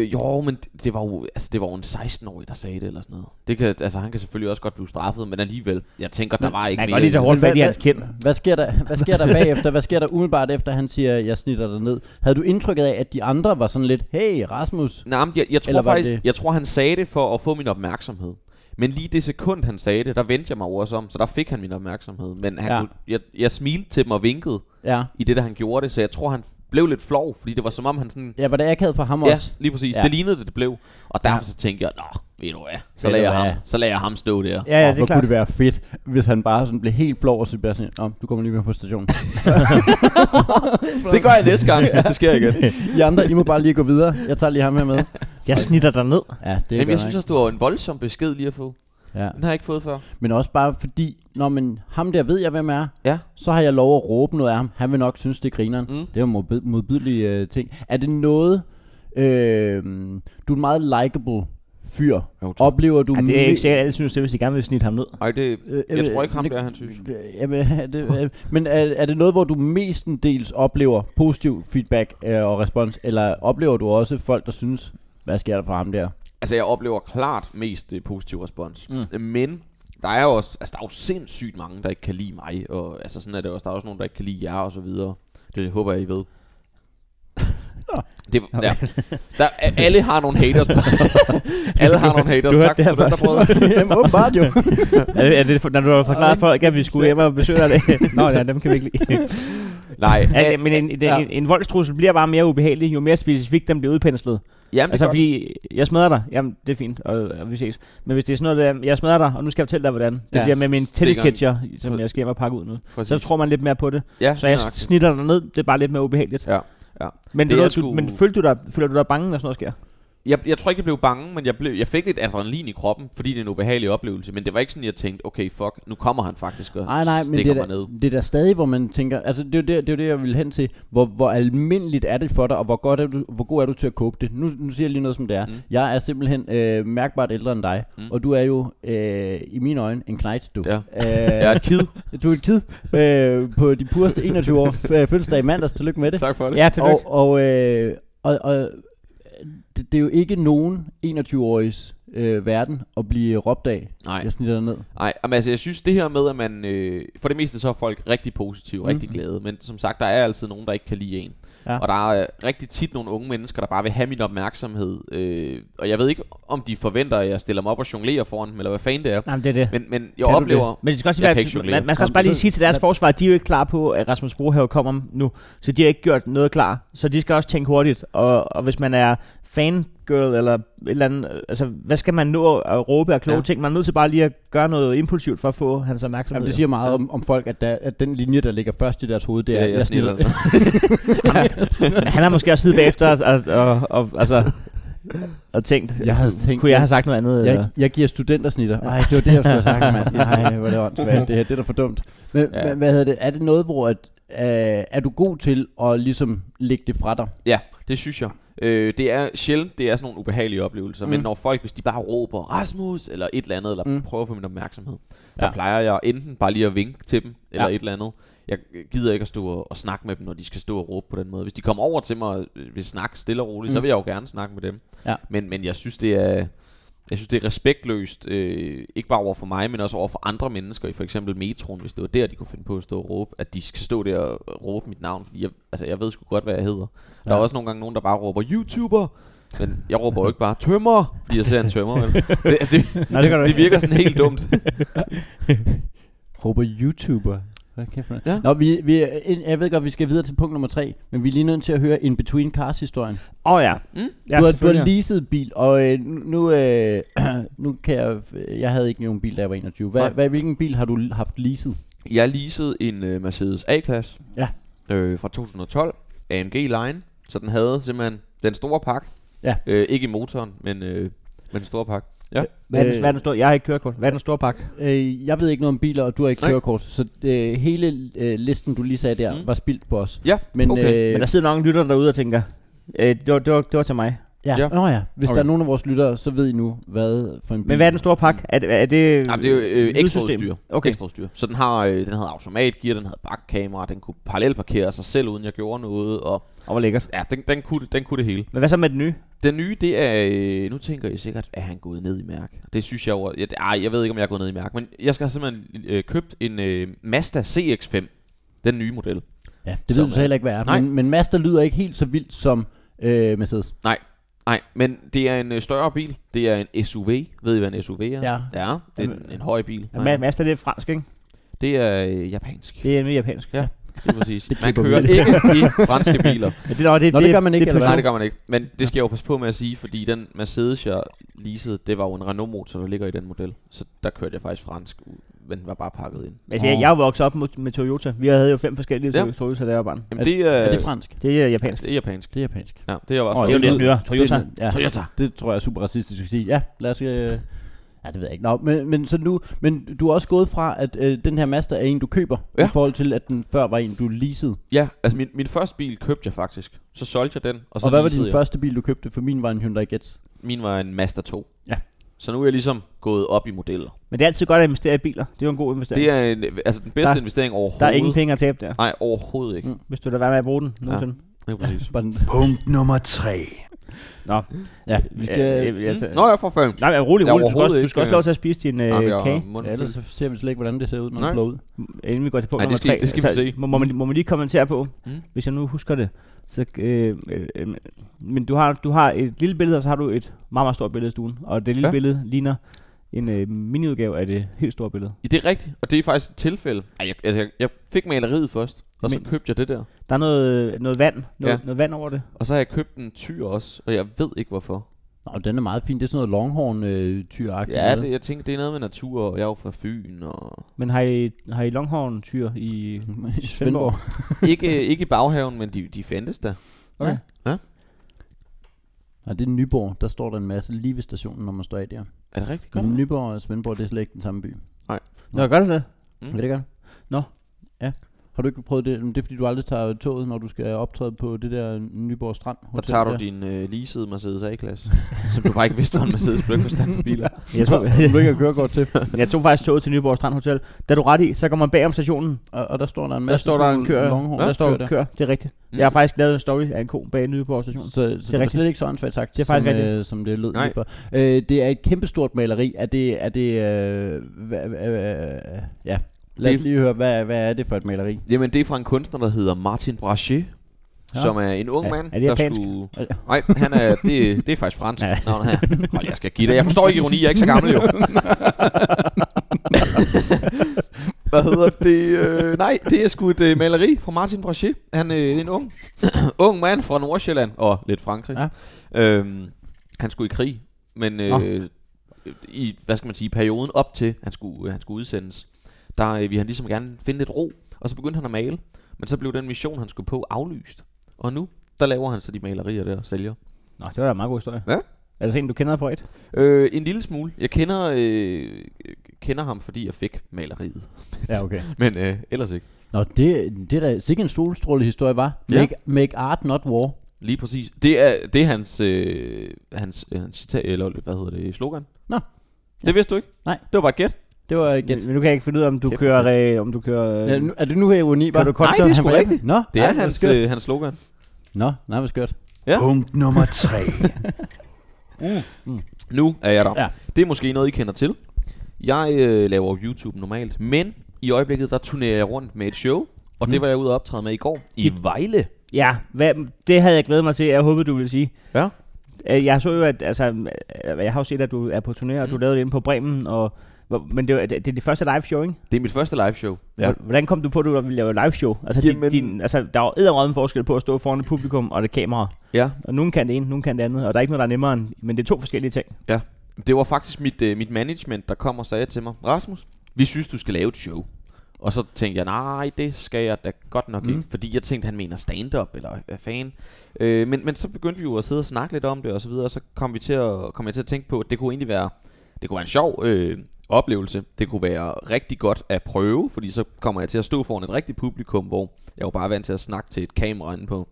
Øh, jo, men det, det var jo, altså, det var jo en 16-årig, der sagde det eller sådan noget. Det kan, altså, han kan selvfølgelig også godt blive straffet, men alligevel. Jeg tænker, der var ikke
Man kan
mere.
godt lige tage
i
hårdt
Men hvad-
fat i hans
hvad-
kind.
Hvad sker, der, hvad sker der bagefter? Hvad sker der umiddelbart efter, han siger, jeg snitter dig ned? Havde du indtrykket af, at de andre var sådan lidt, hey Rasmus?
det. Nej, men jeg, jeg tror
Eller var det
faktisk,
det?
jeg tror, han sagde det for at få min opmærksomhed. Men lige det sekund, han sagde det, der vendte jeg mig over om, så der fik han min opmærksomhed. Men han ja.
Ja.
kunne, jeg, jeg smilte til dem og vinkede
Ja.
i det, da han gjorde det, så jeg tror, han blev lidt flov, fordi det var som om, han sådan
Ja, var det akavet for ham
Ja,
også?
lige præcis. Ja.
Ja.
Det lignede det, det blev. Og derfor
Ja.
så tænkte jeg, nå, ved du hvad, så
Ved
lader
du
jeg,
hvad?
ham, så lader jeg ham stå der.
Ja, ja,
Åh,
det er
hvor
klart.
kunne det være fedt, hvis han bare sådan blev helt flov og så bare sådan, Nå, du kommer lige med på stationen.
Det gør jeg næste gang, hvis det sker igen.
I andre, I må bare lige gå videre. Jeg tager lige ham her med.
Jeg snitter dig ned.
Ja, det er
Jamen, jeg
godt
synes
nok.
også, det var en voldsom besked lige at få.
ja.
Den har jeg ikke fået før.
Men også bare fordi, når men ham der ved jeg, hvem er,
Ja.
så har jeg lov at råbe noget af ham. Han vil nok synes, det er grineren.
Mm.
Mm. Det er jo modbyd- modbydelige øh, ting. Er det noget, øh, du er en meget likable fyr.
Jo, tak.
Oplever du...
Ej, det er ikke
me-
sikkert, alle synes det, hvis de gerne vil snitte ham ned.
Ej, det,
Øh,
jeg
øh,
tror ikke ham
men-
der, han synes.
Øh, Jamen, er det, øh, men er, er det noget, hvor du mestendels oplever positiv feedback øh, og respons, eller oplever du også folk, der synes, hvad sker der for ham der?
Altså, jeg oplever klart mest øh, positiv respons.
Mm.
Mm. Men der er jo også, altså, der er jo sindssygt mange, der ikke kan lide mig. Og altså, sådan er det også. Der er også nogen, der ikke kan lide jer og så videre. Det håber jeg, I ved. Det, ja. der, a- alle har nogle haters. alle har nogle haters.
Du hørte
tak
det her
for den, der
først.
prøvede.
Jamen, åbenbart jo.
er, det, er det, for- når du har forklaret folk, at vi skulle hjem og besøge dig? Nå, ja, dem kan vi ikke lide.
Nej,
Ja,
a-
men en, en,
Ja.
en, en voldstrussel bliver bare mere ubehagelig, jo mere specifikt den bliver udpenslet.
jamen,
Altså
altså, vi...
fordi, jeg smadrer dig, jamen det er fint, og, og vi ses. Men hvis det er sådan noget, der, jeg smadrer dig, og nu skal jeg fortælle dig, hvordan. Det
Ja.
bliver med min
Stikker en-
tennisketcher, som jeg skal hjem og pakke ud nu.
Præcis.
Altså, Så tror man lidt mere på det.
ja,
Så jeg
nøjagtigt.
snitter dig ned, det er bare lidt mere ubehageligt.
Ja, ja.
Men,
Det
det
er
noget,
sgu-
du, men føler, du dig, føler du dig bange, når sådan noget sker?
Jeg, jeg tror ikke, jeg blev bange, men jeg, blev, jeg fik lidt adrenalin i kroppen, fordi det er en ubehagelig oplevelse. Men det var ikke sådan, jeg tænkte, okay, fuck, nu kommer han faktisk og
Nej, nej, men det
stikker
er,
mig ned.
da, det er da stadig, hvor man tænker, altså det er jo det, det, er jo det jeg vil hen til, hvor, hvor almindeligt er det for dig, og hvor, godt er du, hvor god er du til at kåbe det? Nu, nu siger jeg lige noget, som det er.
Mm.
Mm. Jeg er simpelthen øh, mærkbart ældre end dig,
Mm.
mm. og du er jo øh, i mine øjne en knægt, du.
Ja.
Øh,
Jeg er et kid.
Du er et kid øh, på de pureste 21 år øh, fødselsdag i mandags. Tillykke med det.
tak for det.
Ja, tillykke.
Og, og, øh, og, og det, det er jo ikke nogen 21-åriges øh, verden at blive råbt af.
Nej.
Jeg snitter dig ned.
Nej, men altså jeg synes det her med, at man, øh, for det meste så er folk rigtig positive, mm. rigtig glade, men som sagt, der er altid nogen, der ikke kan lide en. Ja.
Ja.
Og der er øh, rigtig tit nogle unge mennesker, der bare vil have min opmærksomhed, øh, og jeg ved ikke, om de forventer, at jeg stiller mig op og jonglerer foran dem, eller hvad fanden det er.
Nej, men det er det.
Men, men jeg
Kan du
oplever...
Men det skal også
Jeg
være,
kan ikke
man,
jonglere.
man skal
Kom,
også bare lige
så-
sige til deres
lad-
forsvar, at de er jo ikke klar på, at Rasmus Brohave kommer nu. Så de har ikke gjort noget klar. Så de skal også tænke hurtigt. Og, og hvis man er fangirl eller et eller andet, øh, altså hvad skal man nå at råbe af kloge
Ja.
ja. ting? Man er nødt til bare lige at gøre noget impulsivt for at få hans opmærksomhed.
Jamen, det siger meget om, om folk, at, der, at den linje, der ligger først i deres hoved, det er,
Ja, jeg snitter dig.
Men han har måske også siddet bagefter og, og, og, og, altså, og tænkt,
Jeg havde tænkt-
kunne jeg have sagt noget andet? eller?
Jeg, jeg giver studentersnitter. Nej, det var det, jeg skulle have sagt, mand. Nej, hvor er det åndssvagt. Det her, det er da for dumt. Men,
Ja.
ja. hvad hedder det? Er det noget, hvor at, øh, er du god til at ligesom lægge det fra dig?
Ja, det synes jeg. Øh, det er sjældent, det er sådan nogle ubehagelige oplevelser, mm. men når folk, hvis de bare råber Rasmus, eller et eller andet, eller mm.
Mm.
prøver at få min opmærksomhed, der
Ja.
plejer jeg enten bare lige at vinke til dem, eller ja.
Ja.
et eller andet. Jeg gider ikke at stå og, og snakke med dem, når de skal stå og råbe på den måde. Hvis de kommer over til mig og øh, vil snakke stille og roligt, mm. så
Mm.
vil jeg jo gerne snakke med dem.
Ja.
Men, men jeg synes, det er... Jeg synes, det er respektløst, øh, ikke bare over for mig, men også over for andre mennesker, i for eksempel metroen, hvis det var der, de kunne finde på at stå og råbe, at de skal stå der og råbe mit navn, fordi jeg, altså, jeg ved sgu godt, hvad jeg hedder. Der er
Ja.
også nogle gange nogen, der bare råber, YouTuber, men jeg råber jo ikke bare, tømmer, fordi jeg ser en tømmer. vel? Det, altså, det,
Nej, det gør du
det
ikke.
virker sådan helt dumt.
Råber YouTuber. Hvad kæft for noget?
Ja.
Nå, vi, vi, en- jeg ved godt, vi skal videre til punkt nummer tre, men vi er lige nødt til at høre In Between Cars-historien.
Åh oh, ja.
Mm.
ja
du, har, du
selvfølgelig.
har leaset bil, og øh, nu- nu, øh, nu kan jeg... Jeg havde ikke nogen bil, da jeg var 21. Hvad,
Nej.
hvad, hvilken bil har du haft leaset?
Jeg leasede en øh, Mercedes A-klasse
Ja.
øh, fra 2012, AMG Line, så den havde simpelthen den store pakke.
Ja.
Øh, ikke i motoren, men, øh, men den store pakke. Ja.
Hvad er den, hvad er den store? Jeg har ikke kørekort. Hvad er den store pakke?
Øh, jeg ved ikke noget om biler, og du har ikke
Nej.
kørekort, så øh, hele øh, listen, du lige sagde der,
Mm.
mm. var spildt på os.
Ja,
Men,
okay.
øh,
Men altså, der sidder nok en lytter derude og tænker, øh, det, var, det, var, det var til mig.
ja.
Ja.
Ja. Nå ja, hvis
Okay.
okay. der er nogen af vores lyttere, så ved I nu, hvad for en bil.
Men hvad er den store pakke? Er, det- er det...
Jamen, det er jo øh, ekstra
lydsystem?
udstyr.
Okay.
Ekstra udstyr. Så den, har, øh, den havde automatgear, den havde bakkamera, den kunne parallelparkere sig selv, uden jeg gjorde noget, og
Og hvor lækkert.
ja, den, den, kunne, det- den kunne det hele.
Men hvad så med den nye?
Den nye, det er... øh, Nu tænker jeg sikkert, at han gået ned i mærk. Det synes jeg jo... Jeg, ej, jeg ved ikke, om jeg er gået ned i mærk, men jeg skal have simpelthen øh, købt en øh, Mazda CX-5. Den nye model.
Ja, det ved
Så,
du så heller ikke, hvad er.
Nej.
Men, men Mazda lyder ikke helt så vildt som øh, Mercedes.
Nej, men det er en øh, større bil. Det er en SUV. Ved I, hvad en SUV er?
Ja.
Ja, det er en, en høj bil.
Ja, Ma- Mazda, det er fransk, ikke?
Det er øh, japansk.
Det er mere japansk.
Ja. Det er præcis. Man
klipper vi
kører
ud.
ikke i franske biler.
Men det, nå, det,
Nå, det gør man ikke, eller
det,
hvad?
Nej,
er
det gør man ikke. Men det skal jeg jo passe på med at sige, fordi den Mercedes, jeg leasede, det var jo en Renault-motor, der ligger i den model. Så der kørte jeg faktisk fransk, ud, men den var bare pakket ind.
Altså, jeg, jeg er jo vokset op med, med Toyota. Vi havde jo fem forskellige
Ja.
ja. Toyota, da jeg var barn.
Jamen, det, øh,
Er det fransk?
Det er japansk.
Det er japansk.
Det er japansk.
Ja, det er jo også.
Åh,
Det er jo
det
lidt
lyder-
nyere. Toyota.
Det, ja.
Toyota.
Det tror jeg er super racistisk at sige. Ja, lad os... Øh, ja, det ved jeg ikke. Nå, men, men, så nu, men du er også gået fra, at øh, den her Mazda er en, du køber,
Ja.
ja. i forhold til, at den før var en, du leasede.
Ja, altså min, min første bil købte jeg faktisk. Så solgte jeg den. Og, så
Og hvad var
leasede
din
jeg.
første bil, du købte? For min var en Hyundai Getz.
Min var en Mazda 2.
Ja.
Så nu er jeg ligesom gået op i modeller.
Men det er altid godt at investere i biler. Det er jo en god investering.
Det er en, altså den bedste
Der-
der, investering overhovedet.
der er ingen penge at tabe der,
Nej, overhovedet ikke.
Mm.
Mm.
hvis du lader være med at bruge den nogensinde.
Ja, præcis.
Bare den-
Punkt nummer 3.
Ja, vi skal...
Øh, øh, altså-
Mm. Nå, jeg får fanden.
Nej, men rolig,
Jeg er
rolig. Du skal, også,
overhovedet
du skal
ikke,
også lov til at spise din øh,
Jamen, jeg-
kage,
munden
Ja, ellers
fyldt.
så ser vi slet ikke, hvordan det ser ud, når
Nej.
det slår ud.
inden vi går til punkt
Ej, det
nummer
skal-
tre.
det skal vi
Altså,
se.
Må, må, man, må man lige kommentere på,
Mm.
hvis jeg nu husker det. Så, øh, øh, øh, men du har, du har et lille billede, og så har du et meget, meget stort billede af stuen. Og det lille
Ja.
ja. billede ligner en øh, miniudgave af det helt store billede.
Ja, det er rigtigt, og det er faktisk et tilfælde. Ej, jeg, altså, jeg, jeg fik maleriet først, og så
Men-
købte jeg det der.
Der er noget, noget vand, noget,
Ja.
ja. noget vand over det.
Og så har jeg købt en tyr også, og jeg ved ikke hvorfor.
Nå, den er meget fin. Det er sådan noget longhorn øh, tyr
Ja, det, jeg tænker, det er noget med natur, og jeg er jo fra Fyn, og...
Men har I, har I longhorn-tyr i
I Svendborg.
ikke, øh, ikke i baghaven, men de, de fandtes der.
Okay.
Ja.
Nej, det er Nyborg. Der står der en masse lige ved stationen, når man står af der.
Er det rigtigt godt?
Men Nyborg og Svendborg, det er slet ikke den samme by.
Nå, gør det det?
Mm.
Mm. Er det godt? Nå. Ja. Har du ikke prøvet det? Men Det er fordi, du aldrig tager toget, når du skal optræde på det der Nyborg Strand.
Der
Hotel
tager du
der.
din øh, leasede Mercedes A-klasse, som du bare ikke vidste var en Mercedes, for du har ikke forstand på biler.
Jeg, tror,
Du vil ikke have kørekort til.
jeg tog faktisk toget til Nyborg Strand Hotel. Da du ret i, så kommer man bagom stationen.
Og, og der står der en
Der
masse
står der en køer.
longhorn,
Ja, der står
der.
kører. Det er rigtigt. Jeg
Mm.
har faktisk lavet en story af en ko bag Nyborg station.
Så, så det er
rigtigt.
slet ikke så åndssvagt sagt,
Det er faktisk
som,
rigtigt.
øh, som det lød
Nej.
lige for. Øh, det er et kæmpestort maleri. Er det... Er det øh, hva, hva, hva, ja. Lad os
Det-
lige høre, hvad, hvad er det for et maleri?
Jamen, det er fra en kunstner, der hedder Martin Brachet, ja.
Ja.
som er en ung
Er-
mand,
er det
der
japansk?
skulle... Nej, han er, det, det er faktisk fransk
Ja.
ja. navn her. Hold, jeg skal give dig. Jeg forstår ikke ironi, jeg er ikke så gammel jo. Hvad hedder det? Øh, nej, det er sgu et øh, maleri fra Martin Brachet. Han er øh, en ung, ung mand fra Nordsjælland og lidt Frankrig. Ja. Øhm, han skulle i krig, men øh, i, hvad skal man sige, perioden op til, han skulle, øh, han skulle udsendes, der øh, ville han ligesom gerne finde lidt ro, og så begyndte han at male, men så blev den mission, han skulle på, aflyst. Og nu, der laver han så de malerier der og sælger.
Nå, det var da en meget god historie.
Ja.
Er det sådan, en, du kender på et?
Øh, en lille smule. Jeg kender, øh, kender ham, fordi jeg fik maleriet.
Ja, okay.
Men øh, ellers ikke.
Nå, det, det er da sikkert en solstråle historie, var.
Ja.
Make, make art, not war.
Lige præcis. Det er, det er hans, øh, hans, øh, hans citat, eller hvad hedder det, slogan.
Nå.
Det vidste du ikke?
Nej.
Det var bare et gæt.
Det var et gæt.
Men, men nu kan jeg ikke finde ud af, om du
Kæft,
kører... Øh, om du kører øh,
Ja, nu, er det nu her ironi, var?
kører du
Nej,
kontra?
det er sgu
Han var-
rigtigt.
Nå,
Det
ej,
er
hvor
hans,
skørt.
øh, hans slogan.
Nå, nej, hvor skørt.
Ja.
Punkt nummer 3.
Nu er jeg der.
Ja.
Det er måske noget, I kender til. Jeg øh, laver jo YouTube normalt, men i øjeblikket, der turnerer jeg rundt med et show, og
Mhm.
det var jeg ude og optræde med i går i
Det-
Vejle.
Ja, hvad, det havde jeg glædet mig til. Jeg håbede, du ville sige.
Ja.
Øh, Jeg så jo, at altså, øh, jeg har jo set, at du er på turné, og du lavede det inde på Bremen, og, hvor- men det, var- det, det er det første live show, ikke?
Det er mit første live show.
Ja. Hvordan kom du på, at du ville lave live show? Altså, din,
Jamen-
din, altså der er jo edderrød en forskel på at stå foran et publikum og et kamera.
ja.
Og nogen kan det ene, nogen kan det andet, og der er ikke noget, der er nemmere end, men det er to forskellige ting.
Det var faktisk mit, øh, mit management, der kom og sagde til mig, Rasmus, vi synes, du skal lave et show. Og så tænkte jeg, nej, det skal jeg da godt nok mm. ikke, fordi jeg tænkte, han mener stand-up, eller hvad fanden. Øh, men, men så begyndte vi jo at sidde og snakke lidt om det, og så videre, og så kom, vi til at, kom jeg til at tænke på, at det kunne egentlig være, det kunne være en sjov øh, oplevelse. Det kunne være rigtig godt at prøve, fordi så kommer jeg til at stå foran et rigtigt publikum, hvor jeg jo bare er vant til at snakke til et kamera inde på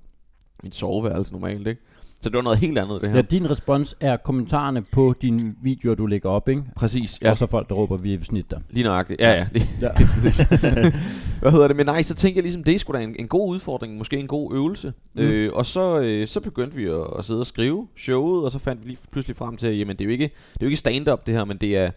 mit soveværelse normalt, ikke? Så det var noget helt andet, det her.
Ja, din respons er kommentarerne på dine videoer, du lægger op, ikke?
præcis.
Ja. Og så folk, der råber, vi er snit der.
Lige nøjagtigt. Ja, ja. Lige.
Ja.
Hvad hedder det? Men nej, så tænkte jeg ligesom, det er sgu da en, en god udfordring, måske en god øvelse. Mm. Øh, og så, øh, så begyndte vi at, at sidde og skrive showet, og så fandt vi lige pludselig frem til, at jamen, det, er jo ikke, det er jo ikke stand-up det her, men det er,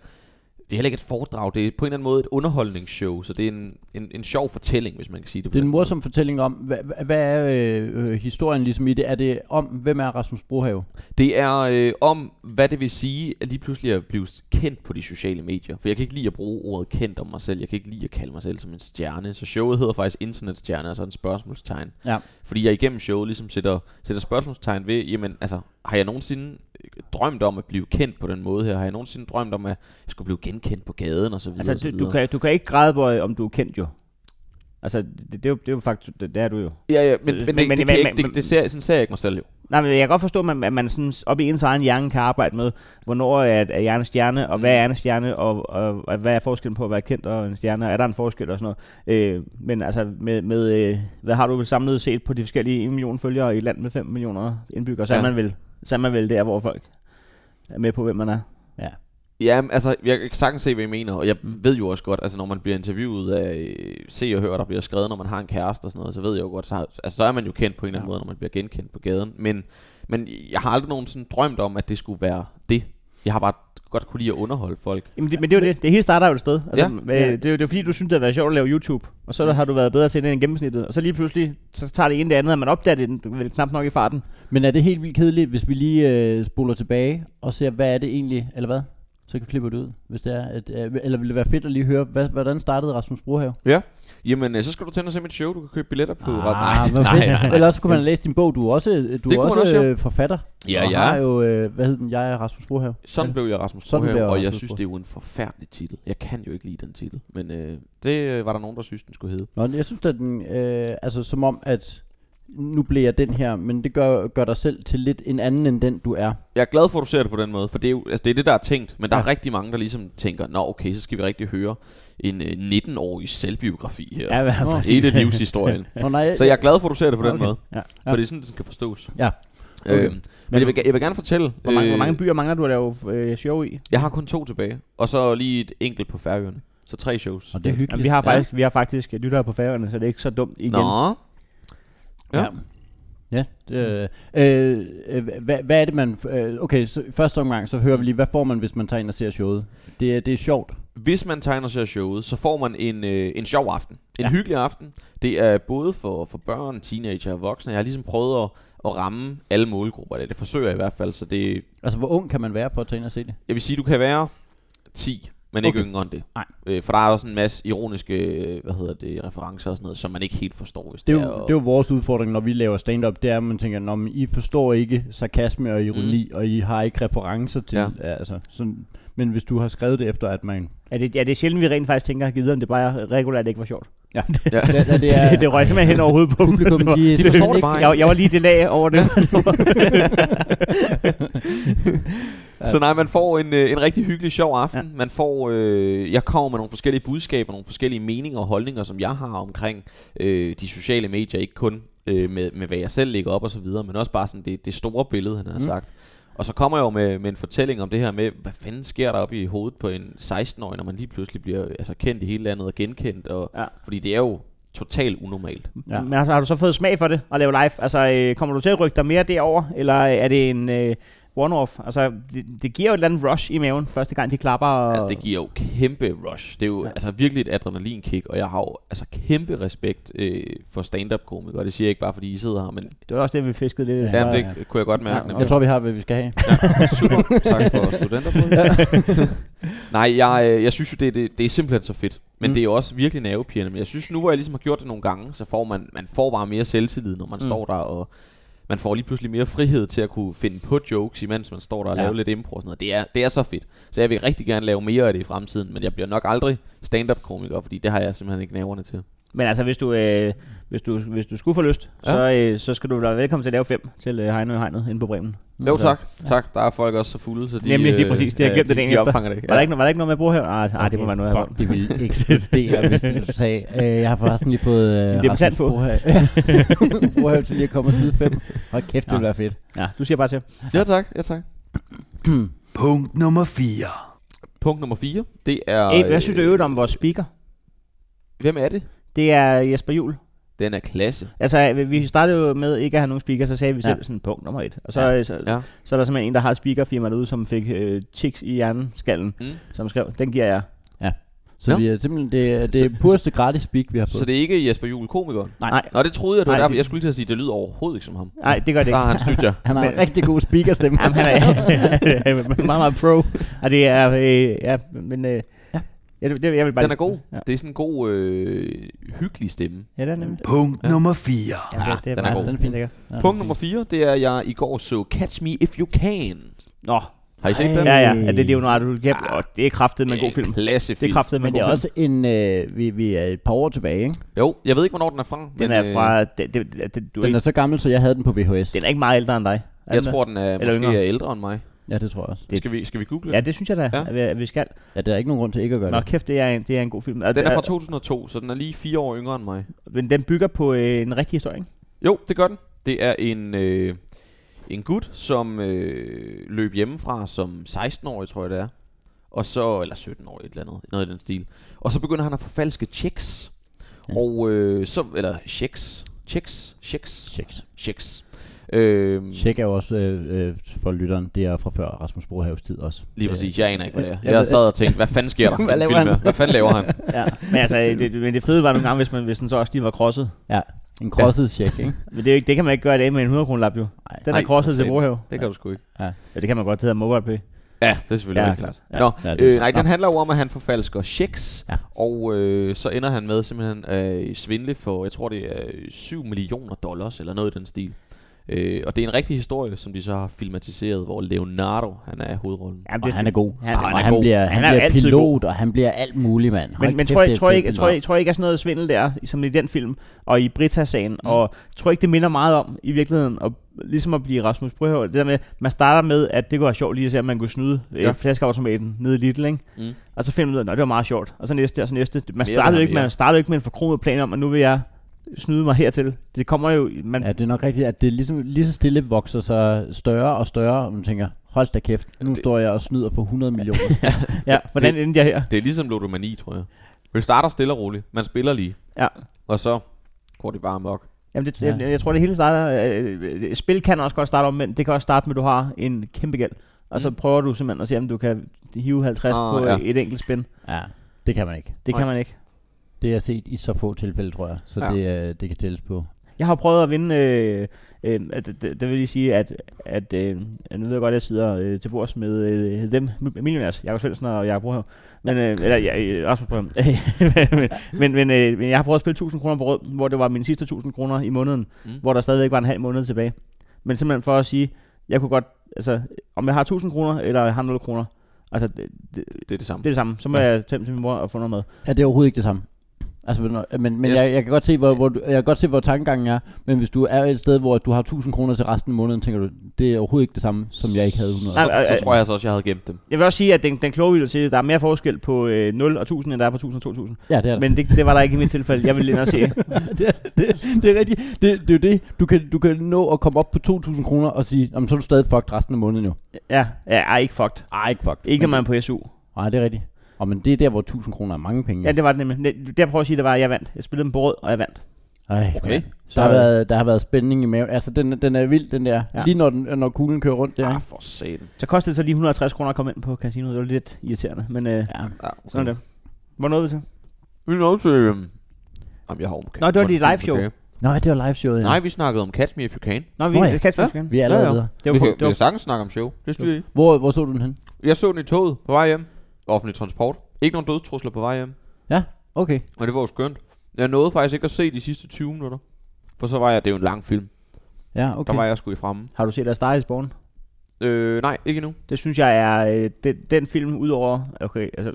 det er heller ikke et foredrag, det er på en eller anden måde et underholdningsshow, så det er en, en, en sjov fortælling, hvis man kan sige det. på
Det er en
den måde.
morsom fortælling om, hvad, hvad- hvad er øh, øh, historien ligesom i det? Er det om, hvem er Rasmus Brohave?
Det er øh, om, hvad det vil sige at lige pludselig at blive kendt på de sociale medier. For jeg kan ikke lide at bruge ordet kendt om mig selv. Jeg kan ikke lide at kalde mig selv som en stjerne. Så showet hedder faktisk Internetstjerne, altså en spørgsmålstegn.
Ja.
Fordi jeg igennem showet ligesom sætter, sætter spørgsmålstegn ved, jamen altså, har jeg nogensinde øh, drømt om at blive kendt på den måde her? Har jeg nogensinde drømt om, at jeg skulle blive genkendt på gaden og så videre?
Altså,
og så
du, du,
videre?
kan, du kan ikke grædebøje, om du er kendt jo. Altså, det, det, er, jo, det er jo faktisk, det, det er du jo.
Ja, ja, men, men,
Øh,
men, det,
men-
men, det,
men-
kan jeg ikke-
men-
det, det ser, sådan ser jeg ikke mig selv jo.
Nej, men jeg kan godt forstå, at man, at man sådan op i ens egen hjerne kan arbejde med, hvornår er, er jeg en stjerne, og hvad er en stjerne, og, og, og hvad er forskellen på at være kendt og en stjerne, og er der en forskel og sådan noget. Øh, men altså, med, med øh, hvad har du vel samlet set på de forskellige 1 million følgere i et land med 5 millioner indbyggere, så, ja.
Ja.
er man vel, så er man vel der, hvor folk er med på, hvem man er.
Ja, altså, jeg kan sagtens se, hvad I mener, og jeg ved jo også godt, altså, når man bliver interviewet af øh, se og høre, der bliver skrevet, når man har en kæreste og sådan noget, så ved jeg jo godt, så, har, altså, så er man jo kendt på en eller anden måde, når man bliver genkendt på gaden, men, men jeg har aldrig nogen sådan drømt om, at det skulle være det. Jeg har bare godt kunne lide at underholde folk.
Jamen, det, men det er jo det. Det hele starter jo et sted. Altså,
Ja.
ja. øh, det, er jo, det er jo fordi, du synes, det har været sjovt at lave YouTube, og så har du været bedre til det end gennemsnittet. Og så lige pludselig, så tager det ene det andet, og man opdager det du ved, knap nok i farten.
Men er det helt vildt kedeligt, hvis vi lige øh, spoler tilbage og ser, hvad er det egentlig, eller hvad? Så kan vi klippe det ud, hvis det er. At, øh, eller ville det være fedt at lige høre, hvad, hvordan startede Rasmus Brohave?
Ja. Jamen, øh, så skal du tænde og se mit show, du kan købe billetter på.
Ah, hvor fedt. Eller også kunne man læse din bog. Du er også, du
kunne man
er
også,
også, også
ja.
øh, forfatter.
Ja,
og
ja.
har jo, øh, hvad hedder den, jeg er Rasmus Brohave.
Sådan blev jeg Rasmus
Sådan blev
Brohave,
jeg
og jeg
Rasmus
synes,
Brohave.
det er jo en forfærdelig titel. Jeg kan jo ikke lide den titel, men øh, det øh, var der nogen, der synes, den skulle hedde.
Nå, jeg synes, at den, øh, altså som om, at nu bliver jeg den her, men det gør, gør dig selv til lidt en anden end den, du er.
Jeg er glad for, at du ser det på den måde, for det er jo altså, det, er det, der er tænkt. Men der ja. er
Ja.
rigtig mange, der ligesom tænker, nå okay, så skal vi rigtig høre en øh, 19-årig selvbiografi her. Ja,
Nå,
Hele livshistorien.
Nå, nej,
Så jeg er glad for, at du ser det på den okay. måde,
Ja.
for det er sådan, det skal forstås.
Ja.
Okay.
Okay.
Øhm, men jeg vil, ge- jeg vil gerne fortælle,
Hvor mange, øh, hvor
øh,
mange byer mangler du at lave øh, show i?
jeg har kun to tilbage, og så lige et enkelt på Færøerne. Så tre shows.
Og det er hyggeligt.
Jamen, vi, har faktisk, vi har faktisk lyttere på færgerne, så det er ikke så dumt igen.
Nå, Ja.
Ja. Ja. Det, øh, øh, hvad, hvad er det, man... Øh, okay, så i første omgang, så hører vi lige, hvad får man, hvis man tager ind og ser showet? Det, er- det er sjovt.
Hvis man tegner sig showet, så får man en, øh, en sjov aften. En ja. hyggelig aften. Det er både for, for børn, teenager og voksne. Jeg har ligesom prøvet at, at ramme alle målgrupper. Eller det forsøger jeg i hvert fald. Så det,
Altså, hvor ung kan man være for at tage ind og se det?
jeg vil sige, du kan være 10, men ikke
Okay.
yngre end det.
Nej.
Øh, for der er også en masse ironiske øh, hvad hedder det, referencer og sådan noget, som man ikke helt forstår. Hvis
Det er,
det
jo, det er jo vores udfordring, når vi laver stand-up, det er, at man tænker, Nå, men I forstår ikke sarkasme og ironi, mm. og I har ikke referencer til...
Ja.
Ja. Altså, sådan, men hvis du har skrevet det efter, at man...
Er det, er det sjældent, vi rent faktisk tænker, gider om det bare regulært ikke var sjovt?
ja.
Da, da det
Ja. det, det røg simpelthen hen over hovedet på dem.
publikum,
var-
de- de
forstår det
ikke-
bare ikke.
jeg, jeg var lige i det lag over det.
Så nej, man får en, øh, en rigtig hyggelig, sjov aften. Ja. Man får, øh, jeg kommer med nogle forskellige budskaber, nogle forskellige meninger og holdninger, som jeg har omkring øh, de sociale medier. Ikke kun øh, med, med, hvad jeg selv lægger op og så videre, men også bare sådan det, det store billede, han har mm. sagt. Og så kommer jeg jo med, med en fortælling om det her med, hvad fanden sker der oppe i hovedet på en 16-årig, når man lige pludselig bliver øh, altså, kendt i hele landet og genkendt. Og, ja.
Ja.
Fordi det er jo totalt unormalt.
ja. Men altså, har du så fået smag for det at lave live? Altså, øh, kommer du til at rykke dig mere derover, eller er det en øh, one-off? Altså, det, det giver jo et eller andet rush i maven, første gang de klapper. Og,
Altså, det giver jo kæmpe rush. Det er jo ja.
Ja.
altså virkelig et adrenalinkick, og jeg har jo altså kæmpe respekt øh, for stand-up-komikere. Det siger jeg ikke bare, fordi I sidder her, men
det var også det, vi fiskede lidt.
Ja.
efter.
ja, jamen, det kunne jeg godt mærke.
Ja,
Ja,
Jeg tror, vi har, hvad vi skal have.
Super. Tak for studenterbrød. Nej, jeg, øh, jeg synes jo, det, det, det er simpelthen så fedt. Men mm.
Mm.
det er jo også virkelig nervepirrende. Men jeg synes, nu hvor jeg ligesom har gjort det nogle gange, så får man, man får bare mere selvtillid, når man mm. står der og... Man får lige pludselig mere frihed til at kunne finde på jokes, imens man står der og ja.
Ja.
laver lidt impro og sådan noget. Det er, det er så fedt. Så jeg vil rigtig gerne lave mere af det i fremtiden, men jeg bliver nok aldrig stand-up-komiker, fordi det har jeg simpelthen ikke naverne til.
Men altså, hvis du, øh, hvis du, hvis du skulle få lyst,
Ja.
ja. så, øh, så skal du være velkommen til at lave fem til øh, Heino i Hegnet inde på Bremen.
Jo
Altså,
tak, tak. Der er folk også så fulde, så de,
Nemlig, lige
øh,
præcis. De har
ja,
gemt det
de,
dagen
de
efter.
opfanger det. ikke.
Var, der ikke, var der ikke noget med at bruge her? Ah, okay, det må være noget, jeg har
Fuck, det ville eksplodere, hvis det sagde. Øh, jeg har forresten lige fået øh,
En debutant
Rasmus
på.
Brohave- Brohave til lige at komme og smide fem. Hold kæft, det
Nå.
ville være fedt.
Ja, du siger bare til.
Ja tak, ja tak.
Punkt nummer 4.
Punkt nummer 4, det er...
Hey, hvad synes du i
øh,
øvrigt om vores speaker?
Hvem er det?
Det er Jesper Juhl.
Den er klasse.
Altså, vi- vi startede jo med ikke at have nogen speaker, så sagde vi
Ja.
selv sådan punkt nummer et. Og så,
Ja.
ja. så,
Ja.
så er der simpelthen en, der har et speakerfirma derude, som fik øh, tics i hjerneskallen,
Mm.
mm. som skrev, den giver jeg.
Så
Nå.
vi er simpelthen, det, er- det er pureste gratis speak, vi har fået.
Så det er ikke Jesper Juhl, komikeren?
Nej, nej,
Nå, det troede jeg, det var
Nej,
derfor.
det-
Jeg skulle lige til at sige, det lyder overhovedet ikke som ham.
nej det gør det
Der
ikke.
har han snydt jer.
Han har en rigtig god speakerstemme.
Jamen, han er meget, meget pro. Og det er, øh, ja, men... Øh,
Ja.
Ja, det, det, jeg vil bare
Den er god.
Ja.
Det er sådan en god, øh, hyggelig stemme.
Ja, det er nemlig.
Punkt
Ja.
nummer 4.
Ja, det, det
den er
meget-
god.
Den er fint. lækker.
Ja.
Punkt nummer 4, det er, at jeg i går så Catch Me If You Can.
Nå,
Har I set den?
ja, ja, ja, det er Leonardo DiCaprio. og det er kraftet med en god film.
Klasse
Det
film.
er kraftet med en
Men det er
god film.
også en, øh, vi, vi er et par år tilbage, ikke?
Jo, jeg ved ikke, hvornår den er fra. men,
Den er
øh,
fra... Det, det, det, det, du er
Den er
ikke,
så gammel, så jeg havde den på VHS.
den er ikke meget ældre end dig. Er
Jeg
den
tror, den er
Eller
måske
yngre.
er ældre end mig.
Ja, det tror jeg også.
Det-
Skal vi, skal vi google
det?
den?
Ja, det synes jeg da,
Ja.
at vi- at vi skal.
Ja, der er ikke nogen grund til ikke at gøre
Nå,
det.
kæft, det er en, det er en god film. Og
Den er
det-
fra 2002, så den er lige fire år yngre end mig.
Men den bygger på øh, en rigtig historie, ikke?
Jo, det gør den. Det er en, øh, en gut, som øh, løb hjemmefra som 16-årig, tror jeg det er. Og så, eller 17-årig, et eller andet, noget i den stil. Og så begynder han at forfalske checks.
Ja.
Og øh, så, eller checks, checks, checks,
Checks.
checks. Øhm,
Check er jo også øh, øh, for lytteren, det er fra før Rasmus Brohaves tid også.
Lige præcis, jeg aner ikke, hvad det er.
jeg
Jeg
ved-
sad og tænkte, hvad fanden sker der?
Hvad
Den
laver
film
han?
her. Hvad fanden laver han?
Ja. Men, altså, det, men det fede var nogle gange, hvis, man, hvis den så også lige var krosset.
Øh, En krosset check, ikke?
Men det, er jo ikke, det kan man ikke gøre i dag med en 100 kroner lap jo.
Nej.
Den
Nej,
er krosset
for
til
satan.
Brohave.
Det kan du sgu ikke.
Ja, det kan man godt. Det hedder mobile pay.
Ja, det er selvfølgelig
Ja,
ja, klart.
klart.
Nå,
Ja, det er
øh,
klart.
nej,
Nå.
den handler jo om, at han forfalsker checks, ja.
Ja.
og øh, så ender han med simpelthen øh, svindle for, jeg tror det er 7 millioner dollars, eller noget i den stil. Øh, og det er en rigtig historie, som de så har filmatiseret, hvor Leonardo, han er hovedrollen.
Jamen,
Og han er god.
Han,
Han,
han,
og
er,
han,
god.
bliver, han,
Han er jo
bliver
altid
pilot, og han bliver alt muligt, mand. Hold
Men, men
kæft,
tror,
det
jeg,
er
tror, jeg,
fedt,
ikke,
det
tror,
er.
jeg, tror jeg ikke, at sådan noget svindel der, som i den film, og i Brita-sagen, mm. og tror jeg ikke, det minder meget om i virkeligheden, og ligesom at blive Rasmus Brøhøj, det der med, man starter med, at det kunne være sjovt lige at se, om man kunne snyde
Ja.
ja. flaskeautomaten nede i Lidl, ikke?
Mm.
og så finder man ud af, at det var meget sjovt, og så næste, og så næste. Man
vil
startede,
han
jo ikke,
mere.
man startede jo ikke med en forkromet plan om, at nu vil jeg snyde mig hertil. Det kommer jo, man,
Ja, det er nok rigtigt, at det ligesom lige så stille vokser sig større og større, og man tænker, hold da kæft, nu
Det-
står jeg og snyder for 100 millioner.
ja, hvordan endte jeg her?
Det er ligesom ludomani, tror jeg. Vi starter stille og roligt, man spiller lige,
Ja.
og så går det bare mok.
Jamen, det,
Ja.
ja. jeg, jeg tror, det hele starter... øh, Øh, spil kan også godt starte om, men det kan også starte med, at du har en kæmpe gæld. Og så
Mm.
prøver du simpelthen at se, om du kan hive 50
Ah,
ah, på
ja.
ja. et enkelt spin.
ja, det kan man ikke.
Det
Nej.
kan man ikke.
Det har jeg set i så få tilfælde, tror jeg, så
Ja.
ja. det, øh, det kan tælles på.
Jeg har prøvet at vinde... Øh, øh, at, det, det vil lige sige, at, at øh, nu ved jeg godt, at jeg sidder øh, til bords med øh, dem, Mi- millionærs, Jakob Svendsen og Jakob Brohøv. Men, øh, eller, ja, øh, Rasmus Brohøv. men, men, men, øh, men jeg har prøvet at spille 1000 kroner på rød, hvor det var mine sidste 1000 kroner i måneden.
Mm.
hvor der stadigvæk var en halv måned tilbage. Men simpelthen for at sige, jeg kunne godt, altså, om jeg har 1000 kroner, eller jeg har 0 kroner, altså, det, det,
Det er det samme.
det er det samme. Så må
Ja.
ja. jeg tage til min mor og få noget med.
Ja, det er overhovedet ikke det samme. Altså, når- men, men
Jeg-
jeg, jeg, kan godt se, hvor, hvor, du- jeg kan godt se, hvor tankegangen er, men hvis du er et sted, hvor du har 1000 kroner til resten af måneden, tænker du, det er overhovedet ikke det samme, som jeg ikke havde 100.
Nej,
Så,
øh,
så tror jeg altså også, jeg havde gemt dem.
Jeg vil også sige, at den, den kloge video til, at der er mere forskel på øh, 0 og 1000, end der er på 1000 og 2000.
Ja, det er det.
Men det, det var der ikke i mit tilfælde. Jeg ville ind og se.
det, er, det, er- det er rigtigt. Det, det er jo det. Du kan, du kan nå at komme op på 2.000 kroner og sige, "Nå, men så er du stadig fucked resten af måneden jo.
Ja, ja ej, ikke fucked.
Ej, ikke fucked.
Ikke når man er på SU.
Nej, det er rigtigt. Og men det er der, hvor 1.000 kroner er mange penge.
Ja, det var det nemlig. Det, det jeg prøver at sige, det var, at jeg vandt. Jeg spillede dem på rød, og jeg vandt.
Ej,
Okay.
Der har, været, der har været spænding i maven. Altså, den, den er vild, den der.
Ja.
Lige når, den, når kuglen kører rundt der.
Ah,
ikke?
for satan.
Så kostede det så lige 160 kroner at komme ind på casinoet. Det var lidt irriterende, men øh,
Ja.
Ja,
sådan er det. Hvor nåede vi til?
Vi er nødt til... øhm, Jamen, jeg har omkring.
Nå, det var dit liveshow.
Nå, det var liveshowet. ja.
Nej, vi snakkede om Catch Me If You Can.
Nå, vi,
Nå
Nå,
ja.
ja. Kasper,
Ja.
skal ind.
Vi er allerede
Ja, ja.
videre.
Det
vi,
var,
kan,
det
vi kan
var,
sagtens snakke om show. Det styrer I.
Hvor, hvor så du den hen?
Jeg så den i toget på vej hjem. Offentlig transport. Ikke nogen dødstrusler på vej hjem.
Okay.
Og det var jo skønt. Jeg nåede faktisk ikke at se de sidste 20 minutter. For så var jeg... Det er jo en lang film.
Ja,
Okay.
Hmm.
okay.
Der var jeg sgu i fremme.
har du set A Star is Born?
Øh, nej, ikke endnu.
Det synes jeg er øh, den, den film udover okay, altså,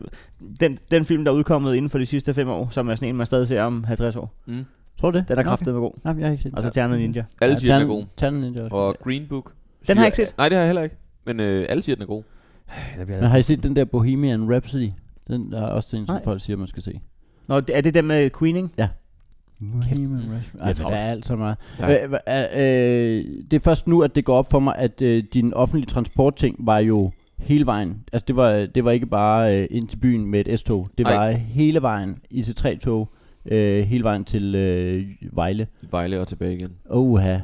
den, den film der er udkommet inden for de sidste fem år, som er sådan en man stadig ser om 50 år.
Mm.
Tror du det?
Den er
Nå,
kraftet med god.
Okay. Nej, jeg har ikke set den.
Og så Ternet Ninja.
Alle siger, den er
Ternen-
god.
Ternen Ninja også.
Og Green Book.
Den har jeg ikke set.
Nej, det har jeg heller ikke. Men øh, alle siger, den er god.
Men har I set den der Bohemian Rhapsody? Den er også en, som
Nej.
folk siger, man skal se.
Nå, det- er det den med Queen, ikke?
Bohemian Rhapsody. Altså,
travlt.
der er alt så meget.
Ja.
Ja. Øh, hva- øh, øh, det er først nu, at det går op for mig, at øh, din offentlige transportting var jo hele vejen. Altså, det var, det var ikke bare øh, ind til byen med et S-tog. Det
Nej.
var hele vejen, IC3-tog, øh, hele vejen til øh, Vejle.
Vejle og tilbage igen.
Oha.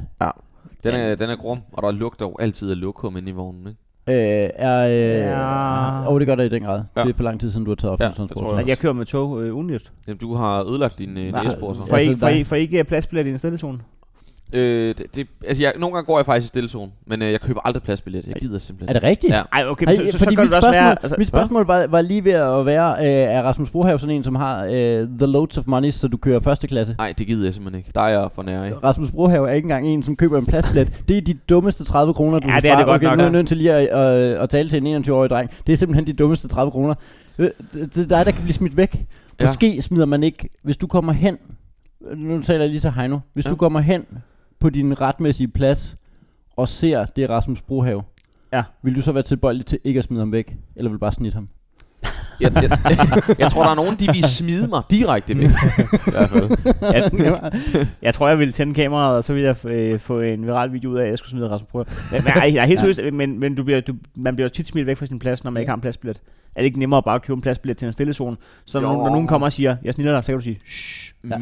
Den er, den er grum, og der lugter jo altid af lokum inde i vognen, ikke?
Øh, er, øh,
Ja.
ja. Åh, det gør det i den grad.
Ja.
Ja. Det er for lang tid siden, du har taget
Ja,
offentlig
det
ja, transport.
tror
At jeg kører med tog øh, ugenligt.
Jamen, du har ødelagt din øh,
Nej,
næsebor, så.
For,
Ja,
I,
så
for,
der-
I, for I ikke er pladsbillet i en stillezone.
Øh, det, det, altså, jeg, nogle gange går jeg faktisk i stillezone, men øh, jeg køber aldrig pladsbillet. Jeg gider simpelthen.
Er det rigtigt?
Ja.
Ej, okay,
Ej,
men så, så, så
fordi
kan
mit,
det også
spørgsmål,
være...
altså, mit spørgsmål var, var lige ved at være, øh, er Rasmus Brohave sådan en, som har øh, the loads of money, så du kører første klasse?
Nej, det gider jeg simpelthen ikke. Der er jeg for nær, ikke?
Rasmus Brohave er ikke engang en, som køber en pladsbillet. Det er de dummeste 30 kroner, du
Ja,
kan
det er det
spare.
godt
okay,
nok,
Nu er
ja.
jeg nødt til lige at, at, at, tale til en 21-årig dreng. Det er simpelthen de dummeste 30 kroner. Øh, det det er dig, der kan blive smidt væk.
Ja.
Måske smider man ikke, hvis du kommer hen, nu taler jeg lige til Heino, hvis
Ja.
ja. du kommer hen på din retmæssige plads og ser, det er Rasmus Brohave,
Ja.
vil du så være tilbøjelig til ikke at smide ham væk, eller vil du bare snitte ham?
jeg, jeg, jeg tror, der er nogen, de vil smide mig direkte væk. I hvert fald.
Jeg, jeg tror, jeg ville tænde kameraet, og så ville jeg øh, få en viral video ud af, at jeg skulle smide Rasmus Brøger. Men, men, ej, jeg er helt seriøst, men, men du bliver, du, man bliver jo tit smidt væk fra sin plads, når man ikke har en pladsbillet. Er det ikke nemmere at bare købe en pladsbillet til en stille zone? Så når,
Jo.
nogen- når nogen kommer og siger, jeg snitter dig, så kan du sige,
Men,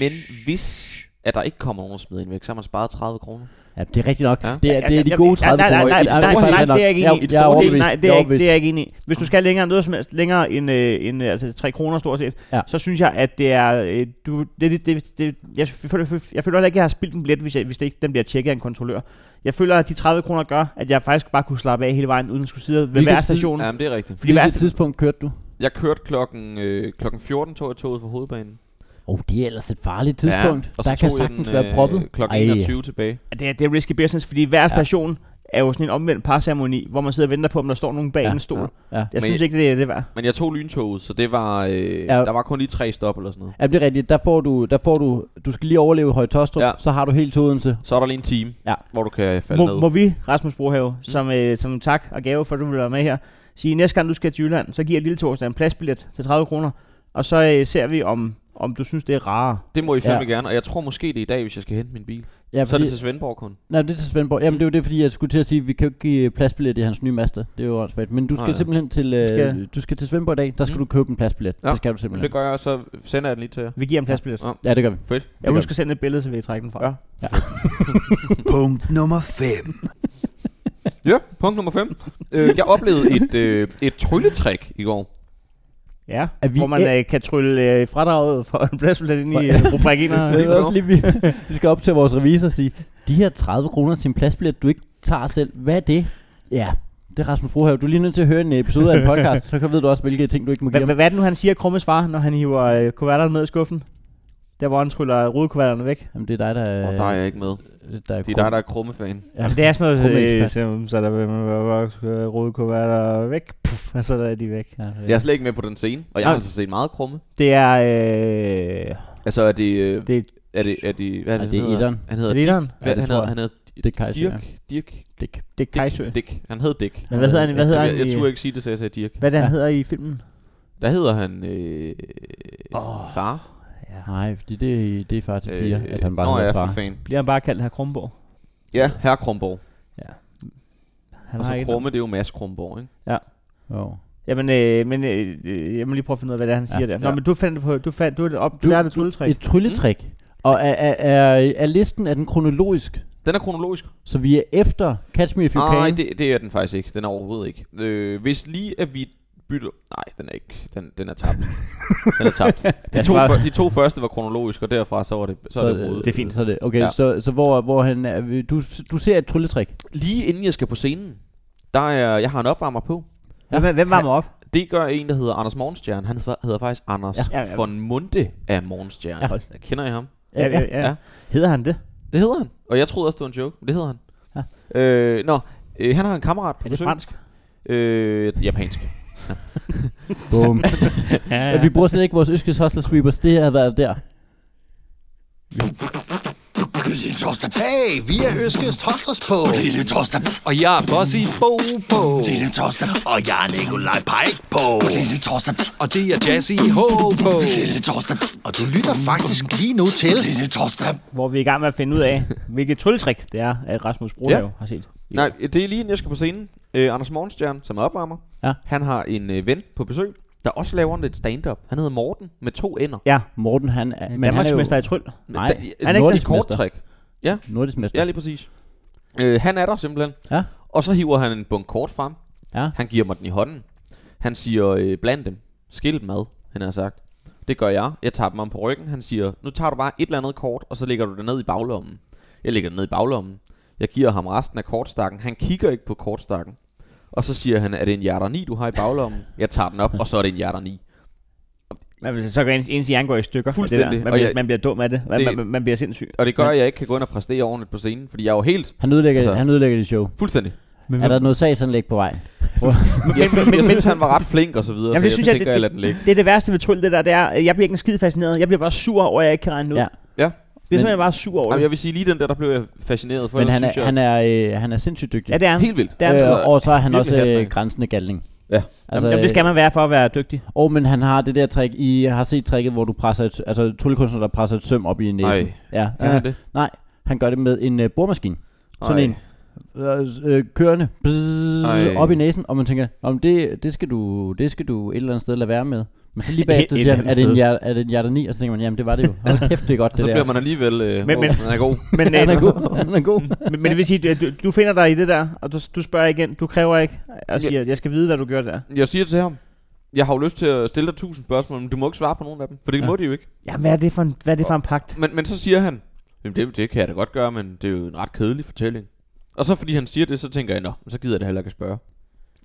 men hvis at der ikke kommer nogen at smide ind væk, så har man sparet 30 kroner.
Ja, det er rigtigt nok.
Ja.
Ja. Det, er, det er de gode 30
kroner. Nej, nej, nej,
Ja,
nej,
er
nej,
faktisk
nej, det er jeg
nok.
ikke enig i.
Jeg, jeg er overbevist.
Nej, det
jeg
er, ikke, det er
er overbevist.
jeg ikke enig i. Hvis du skal længere end noget som helst, længere end, øh, end øh, altså, 3 kroner stort set,
Ja.
så synes jeg, at det er... Øh, du, det, det, det, det, jeg, føler, jeg føler heller ikke, at jeg har spildt en billet, hvis, jeg, hvis det ikke den bliver tjekket af en kontrollør. Jeg føler, at de 30 kroner gør, at jeg faktisk bare kunne slappe af hele vejen, uden at skulle sidde ved
Hvilket
hver
tid-
station.
Jamen, det er rigtigt.
Fordi hver,
Hvilket tidspunkt kørte du?
Jeg kørte klokken, øh, klokken 14, tog jeg toget fra hovedbanen.
Åh, oh, det er ellers et farligt tidspunkt. Ja,
og så
der kan
tog jeg
sagtens
den,
være proppet.
Øh, klokken
Ej.
21 tilbage.
det, er, det er risky business, fordi hver
Ja.
station er jo sådan en omvendt parceremoni, hvor man sidder og venter på, om der står nogen bag
Ja.
en stol.
Ja.
Ja.
Jeg
Men-
synes ikke, det er det værd.
Men jeg tog lyntoget, så det var, øh,
Ja.
der var kun lige tre stop eller sådan noget.
Ja, det er rigtigt. Der får du, der får du, du skal lige overleve Høje Tostrup,
Ja.
ja. så har du helt Odense.
Så er der lige en time,
Ja.
hvor du kan falde
Må,
ned.
må vi, Rasmus Brohave, som, øh, som tak og gave for, at du vil være med her, sige, næste gang du skal til Jylland, så giver Lille Torsdag en pladsbillet til 30 kroner, og så øh, ser vi, om, om du synes, det er rarere.
Det må I fandme ja. gerne, og jeg tror måske det er i dag, hvis jeg skal hente min bil.
Ja,
Så er
fordi,
det til Svendborg kun.
nej, det er til Svendborg. Jamen, det er jo det, fordi jeg skulle til at sige, at vi kan jo ikke give pladsbillet i hans nye master. Det er jo åndssvagt. Men du
Nej,
skal
ja.
simpelthen til, øh,
Skal-
du skal til Svendborg i dag. Der skal
Mm.
du købe en pladsbillet.
Ja.
Ja. Det skal du
Men
simpelthen.
det gør jeg, og så sender jeg den lige til jer.
Vi giver en pladsbillet.
Ja.
Ja, det gør vi.
Fedt.
Jeg
gør
husker sende et billede, så vil jeg trække den fra.
Ja.
Punkt nummer 5.
Ja, punkt nummer 5. øh, jeg oplevede et, øh, et trylletrik i går.
ja.
Er vi-
Hvor man øh, kan trylle øh, fradraget for en pladsbillet ind i
Hvor-
øh, rubrik 1.
Men det er også lige, vi, vi skal op til vores revisor og sige, de her 30 kroner til en pladsbillet, du ikke tager selv, hvad er det? Ja, det er Rasmus Brohave. Du er lige nødt til at høre en episode af en podcast, så ved du også, hvilke ting du ikke må give
Hvad
ham.
hvad er det nu, han siger Krummes far, når han hiver øh, kuverterne ned i skuffen? Der, hvor han tryller rudekuverterne væk.
Jamen, det er dig, der er...
Og der er jeg ikke med.
der er
Det er
krum-
dig, der er krummefan.
Ja.
Jamen, det er sådan
Krumme
noget, øh,
ekspert.
som, så der vil man bare rudekuverter væk, puff, og så er de væk.
Ja, øh, det er-
Jeg er slet ikke med på den scene, og jeg har
Nej.
altså set meget krumme.
Det er... Øh,
Altså er det... Øh,
det er
er det, er det, hvad er
Nej,
det,
det er
han hedder?
etteren.
Han hedder Dick.
Lederen?
Hvad,
det
han,
tror
hedder,
jeg.
han hedder
Det er Kajsa,
Dirk. Dirk.
Dick.
Det er Kajsø.
Dick. Han hed Dick.
Men hvad hedder han, hvad hedder han
jeg, jeg,
i,
jeg turde ikke sige det, så jeg sagde Dirk.
hvad er det, han
Ja.
hedder i filmen?
Der hedder han øh, oh.
Åh.
far.
Ja. Nej, fordi det, er- det er far til piger, øh, at han bare
Nå,
hedder
ja,
far.
for fan.
Bliver han bare kaldt her Krumborg?
Ja, herre Krumborg.
Han
Og
har
så
ikke
Krumme, det er jo Mads Krumborg, ikke?
Oh.
Jamen, øh, men øh, øh, jeg må lige prøve at finde ud af, hvad det er, han
Ja.
siger der. Nå,
Ja.
men du fandt det på, du fandt, du er det op, du,
Du-
lærte et trylletrik.
Et trylletrik.
Mm.
Og er, er, er, er listen, er den kronologisk?
Den er kronologisk.
Så vi er efter Catch Me If You
Nej,
Can?
Ah, det, det er den faktisk ikke. Den er overhovedet ikke. Øh, hvis lige at vi bytter... Nej, den er ikke. Den, den er tabt. den er tabt. De
Jeg
to,
skal bare-
for, de to første var kronologisk, og derfra så var det, så er det
øh,
rodet.
det er fint.
Så er det. Okay,
Ja.
ja. så, så hvor, hvor han er, du, du ser et trylletrik.
Lige inden jeg skal på scenen, der er, jeg har en opvarmer på.
Ja. Hvem, hvem varmer op?
Det gør en, der hedder Anders Morgenstjerne. Han hedder hedder faktisk Anders ja,
Ja.
ja,
Ja,
ja.
ja.
von Munde af Morgenstjerne.
Hold
Ja. Kender I ham?
Ja, ja, ja.
Ja.
ja. Hedder han det?
Det hedder han. Og jeg troede også, det var en joke, men det hedder han. Ja. Øh, nå, øh, han har en kammerat på
Er det
besøg.
fransk?
Øh, japansk.
Boom.
Ja,
ja. Vi bruger slet ikke vores Øskes Hustle Sweepers. Det har været der.
Lille torsdag. Hey, vi er Øskes Torsdags på. Lille torsdag.
Og jeg er Bossy Bo på.
Lille torsdag. Og jeg er Nikolaj Pajk på. Lille torsdag.
Og det er Jazzy H på.
Lille torsdag. Og du lytter faktisk lige nu til. Lille torsdag.
Hvor vi er i gang med at finde ud af, hvilket trylletrik det er, at Rasmus Brohave
Ja.
har set.
Nej, det er lige inden jeg skal på scenen. Øh, Anders Morgenstjerne, som er opvarmer,
Ja.
han har en øh, ven på besøg, der også laver lidt stand-up. Han hedder Morten med to ender.
Ja,
Morten, han er...
men Danmarks mester i
jo
tryl.
Nej,
Da,
han er
det
ikke
et
dansk mester.
korttræk.
nordisk mester.
Ja, lige præcis. Øh, han er der simpelthen.
Ja.
Og så hiver han en bunk kort frem.
Ja.
Han giver mig den i hånden. Han siger, øh, bland dem. Skil dem ad, han har sagt. Det gør jeg. Jeg tager dem om på ryggen. Han siger, nu tager du bare et eller andet kort, og så lægger du det ned i baglommen. Jeg lægger det ned i baglommen. Jeg giver ham resten af kortstakken. Han kigger ikke på kortstakken. Og så siger han, er det en hjerter 9, du har i baglommen? Jeg tager den op, og så er det en hjerter 9.
Man, vil- så går ens, ens hjerne går i stykker. af det der.
Fuldstændig.
Man
Og
bliver,
jeg-
man bliver dum af det. Man,
Det-
man, man bliver sindssyg.
Og det gør, at jeg ikke kan gå ind og præstere ordentligt på scenen, fordi jeg er jo helt
Han ødelægger,
Altså-
altså. han ødelægger det show.
fuldstændig.
Men,
Er der noget sagsanlæg på vej?
Jeg, synes, jeg synes, han var ret flink og så videre,
Jamen, det
så jeg
synes
tænker,
jeg, det-
jeg, jeg lader den ligge.
Det er det værste ved tryl, det der, det er, at jeg bliver ikke en skid fascineret. Jeg bliver bare sur over, at jeg ikke kan regne det ud.
Ja.
Ja.
Jeg bliver
Men-
simpelthen bare sur over
Jamen,
det.
jeg vil sige, lige den der, der blev jeg fascineret, for
Men
ellers
han er,
synes jeg,
han er, øh, han er sindssygt dygtig.
Ja, det er han.
helt vildt.
Det er han.
øh,
altså,
og så er han
virkelig
også
hat, mand.
øh, grænsende galning.
Ja.
Altså, Jamen, det skal man være for at være dygtig.
Og men han har det der trick, I har set tricket, hvor du presser et, altså tryllekunstner, der presser et søm op i næsen.
Nej.
Ja, Øh,
Kan han det?
Nej, han gør det med en øh, boremaskine. Sådan
Ej.
en øh, øh, kørende bzzz,
Ej.
op i næsen, og man tænker, om det, det, skal du, det skal du et eller andet sted lade være med. Men så lige bagefter
Et
siger han,
eller
er
andet
det, en,
sted.
hjer- er det en hjerteni? Og så tænker man, jamen det var det jo. Hold kæft, det er godt
Så
det
bliver
der.
man alligevel... Øh,
Men-
men,
men-
men, han er god.
Men,
Han er
øh,
god, han er god.
men, men det vil sige, du, du finder dig i det der, og du, du spørger igen. Du kræver ikke og
Ja.
siger, jeg skal vide, hvad du gjorde der.
Jeg siger til ham, jeg har jo lyst til at stille dig tusind spørgsmål, men du må ikke svare på nogen af dem, for det ja. må de jo ikke.
Jamen, hvad er det for en, hvad er det for en pagt?
Men, men så siger han, Jamen, det, det kan jeg da godt gøre, men det er jo en ret kedelig fortælling. Og så fordi han siger det, så tænker jeg, nå, men så gider jeg da heller ikke at spørge.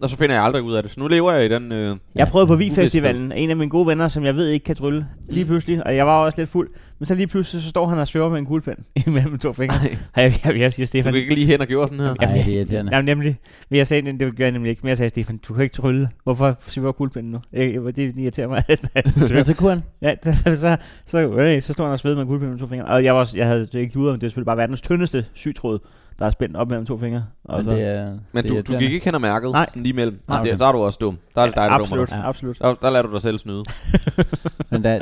Og så finder jeg aldrig ud af det. Så nu lever jeg i den... Øh,
Jeg prøvede på
uvidsthed.
Vig-festivalen, en af mine gode venner, som jeg ved ikke kan trylle, lige pludselig, og jeg var også lidt fuld, men så lige pludselig, så står han og svæver med en kuglepen imellem to fingre. Og jeg, jeg, jeg siger,
du
Stefan,
kan ikke lige hen og gøre sådan her.
Ej,
Jamen, jeg-
det er irriterende.
Jamen nemlig, men jeg sagde, det gjorde jeg nemlig ikke, men jeg sagde, Stefan, du kan ikke trylle. Hvorfor svæver kuglepinden nu? Jeg, jeg, det irriterer mig. at han svæver.
Men så kunne han.
ja, det- så, så, øh, så stod han og svedede med kuglepinden med to fingre. Og jeg, var, også- jeg havde det ikke luret, men det er selvfølgelig bare verdens tyndeste sytråd, der er spændt op mellem to fingre. Og
Men
så,
det er,
Men
det er
du, du
irriterende.
gik ikke hen og mærket
Nej.
sådan lige imellem.
Nej,
Nej, okay.
okay.
der, der er du også dum. Der er det dig, der dummer
absolut,
dig.
dig. Ja.
absolut.
Der, der lader du dig selv snyde.
Men der,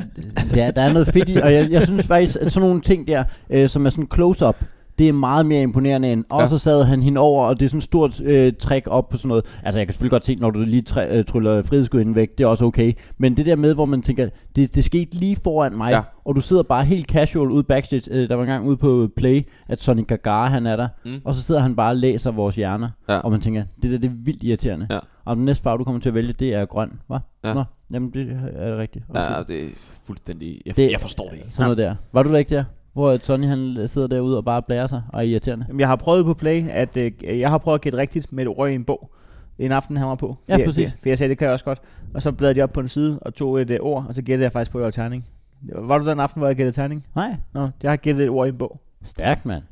der, der er noget fedt i, og jeg, jeg synes faktisk, at sådan nogle ting der, øh, som er sådan close-up, det er meget mere imponerende end, og
Ja.
så sad han hende over, og det er sådan et stort øh, træk op på sådan noget. Altså jeg kan selvfølgelig godt se, når du lige træ, øh, tryller frihedsgudinden væk, det er også okay. Men det der med, hvor man tænker, det, det skete lige foran mig,
Ja.
ja. og du sidder bare helt casual ude backstage. Øh, der var engang ude på Play, at Sonny Gagara han er der,
Mm.
mm. og så sidder han bare og læser vores hjerner.
Ja.
Og man tænker, det der det er vildt irriterende.
Ja.
Og den næste farve, du kommer til at vælge, det er grøn, hva?
Ja.
Nå, jamen det er rigtigt. Undskyld.
Ja, det er fuldstændig... Jeg,
Det-
jeg forstår det ikke.
Sådan noget der. Var du der ikke der? Hvor at Sonny han sidder derude og bare blærer sig og er irriterende.
Jamen, jeg har prøvet på Play, at øh, jeg har prøvet at gætte rigtigt med et ord i en bog. En aften, han var på.
Ja,
Fordi jeg-
præcis.
For, jeg sagde, det kan jeg også godt. Og så bladrede jeg op på en side og tog et øh, ord, og så gættede jeg faktisk på, at det var terning. Var du den aften, hvor jeg gættede terning?
Nej.
Nå, jeg har gættet et ord i en bog.
Stærkt, mand.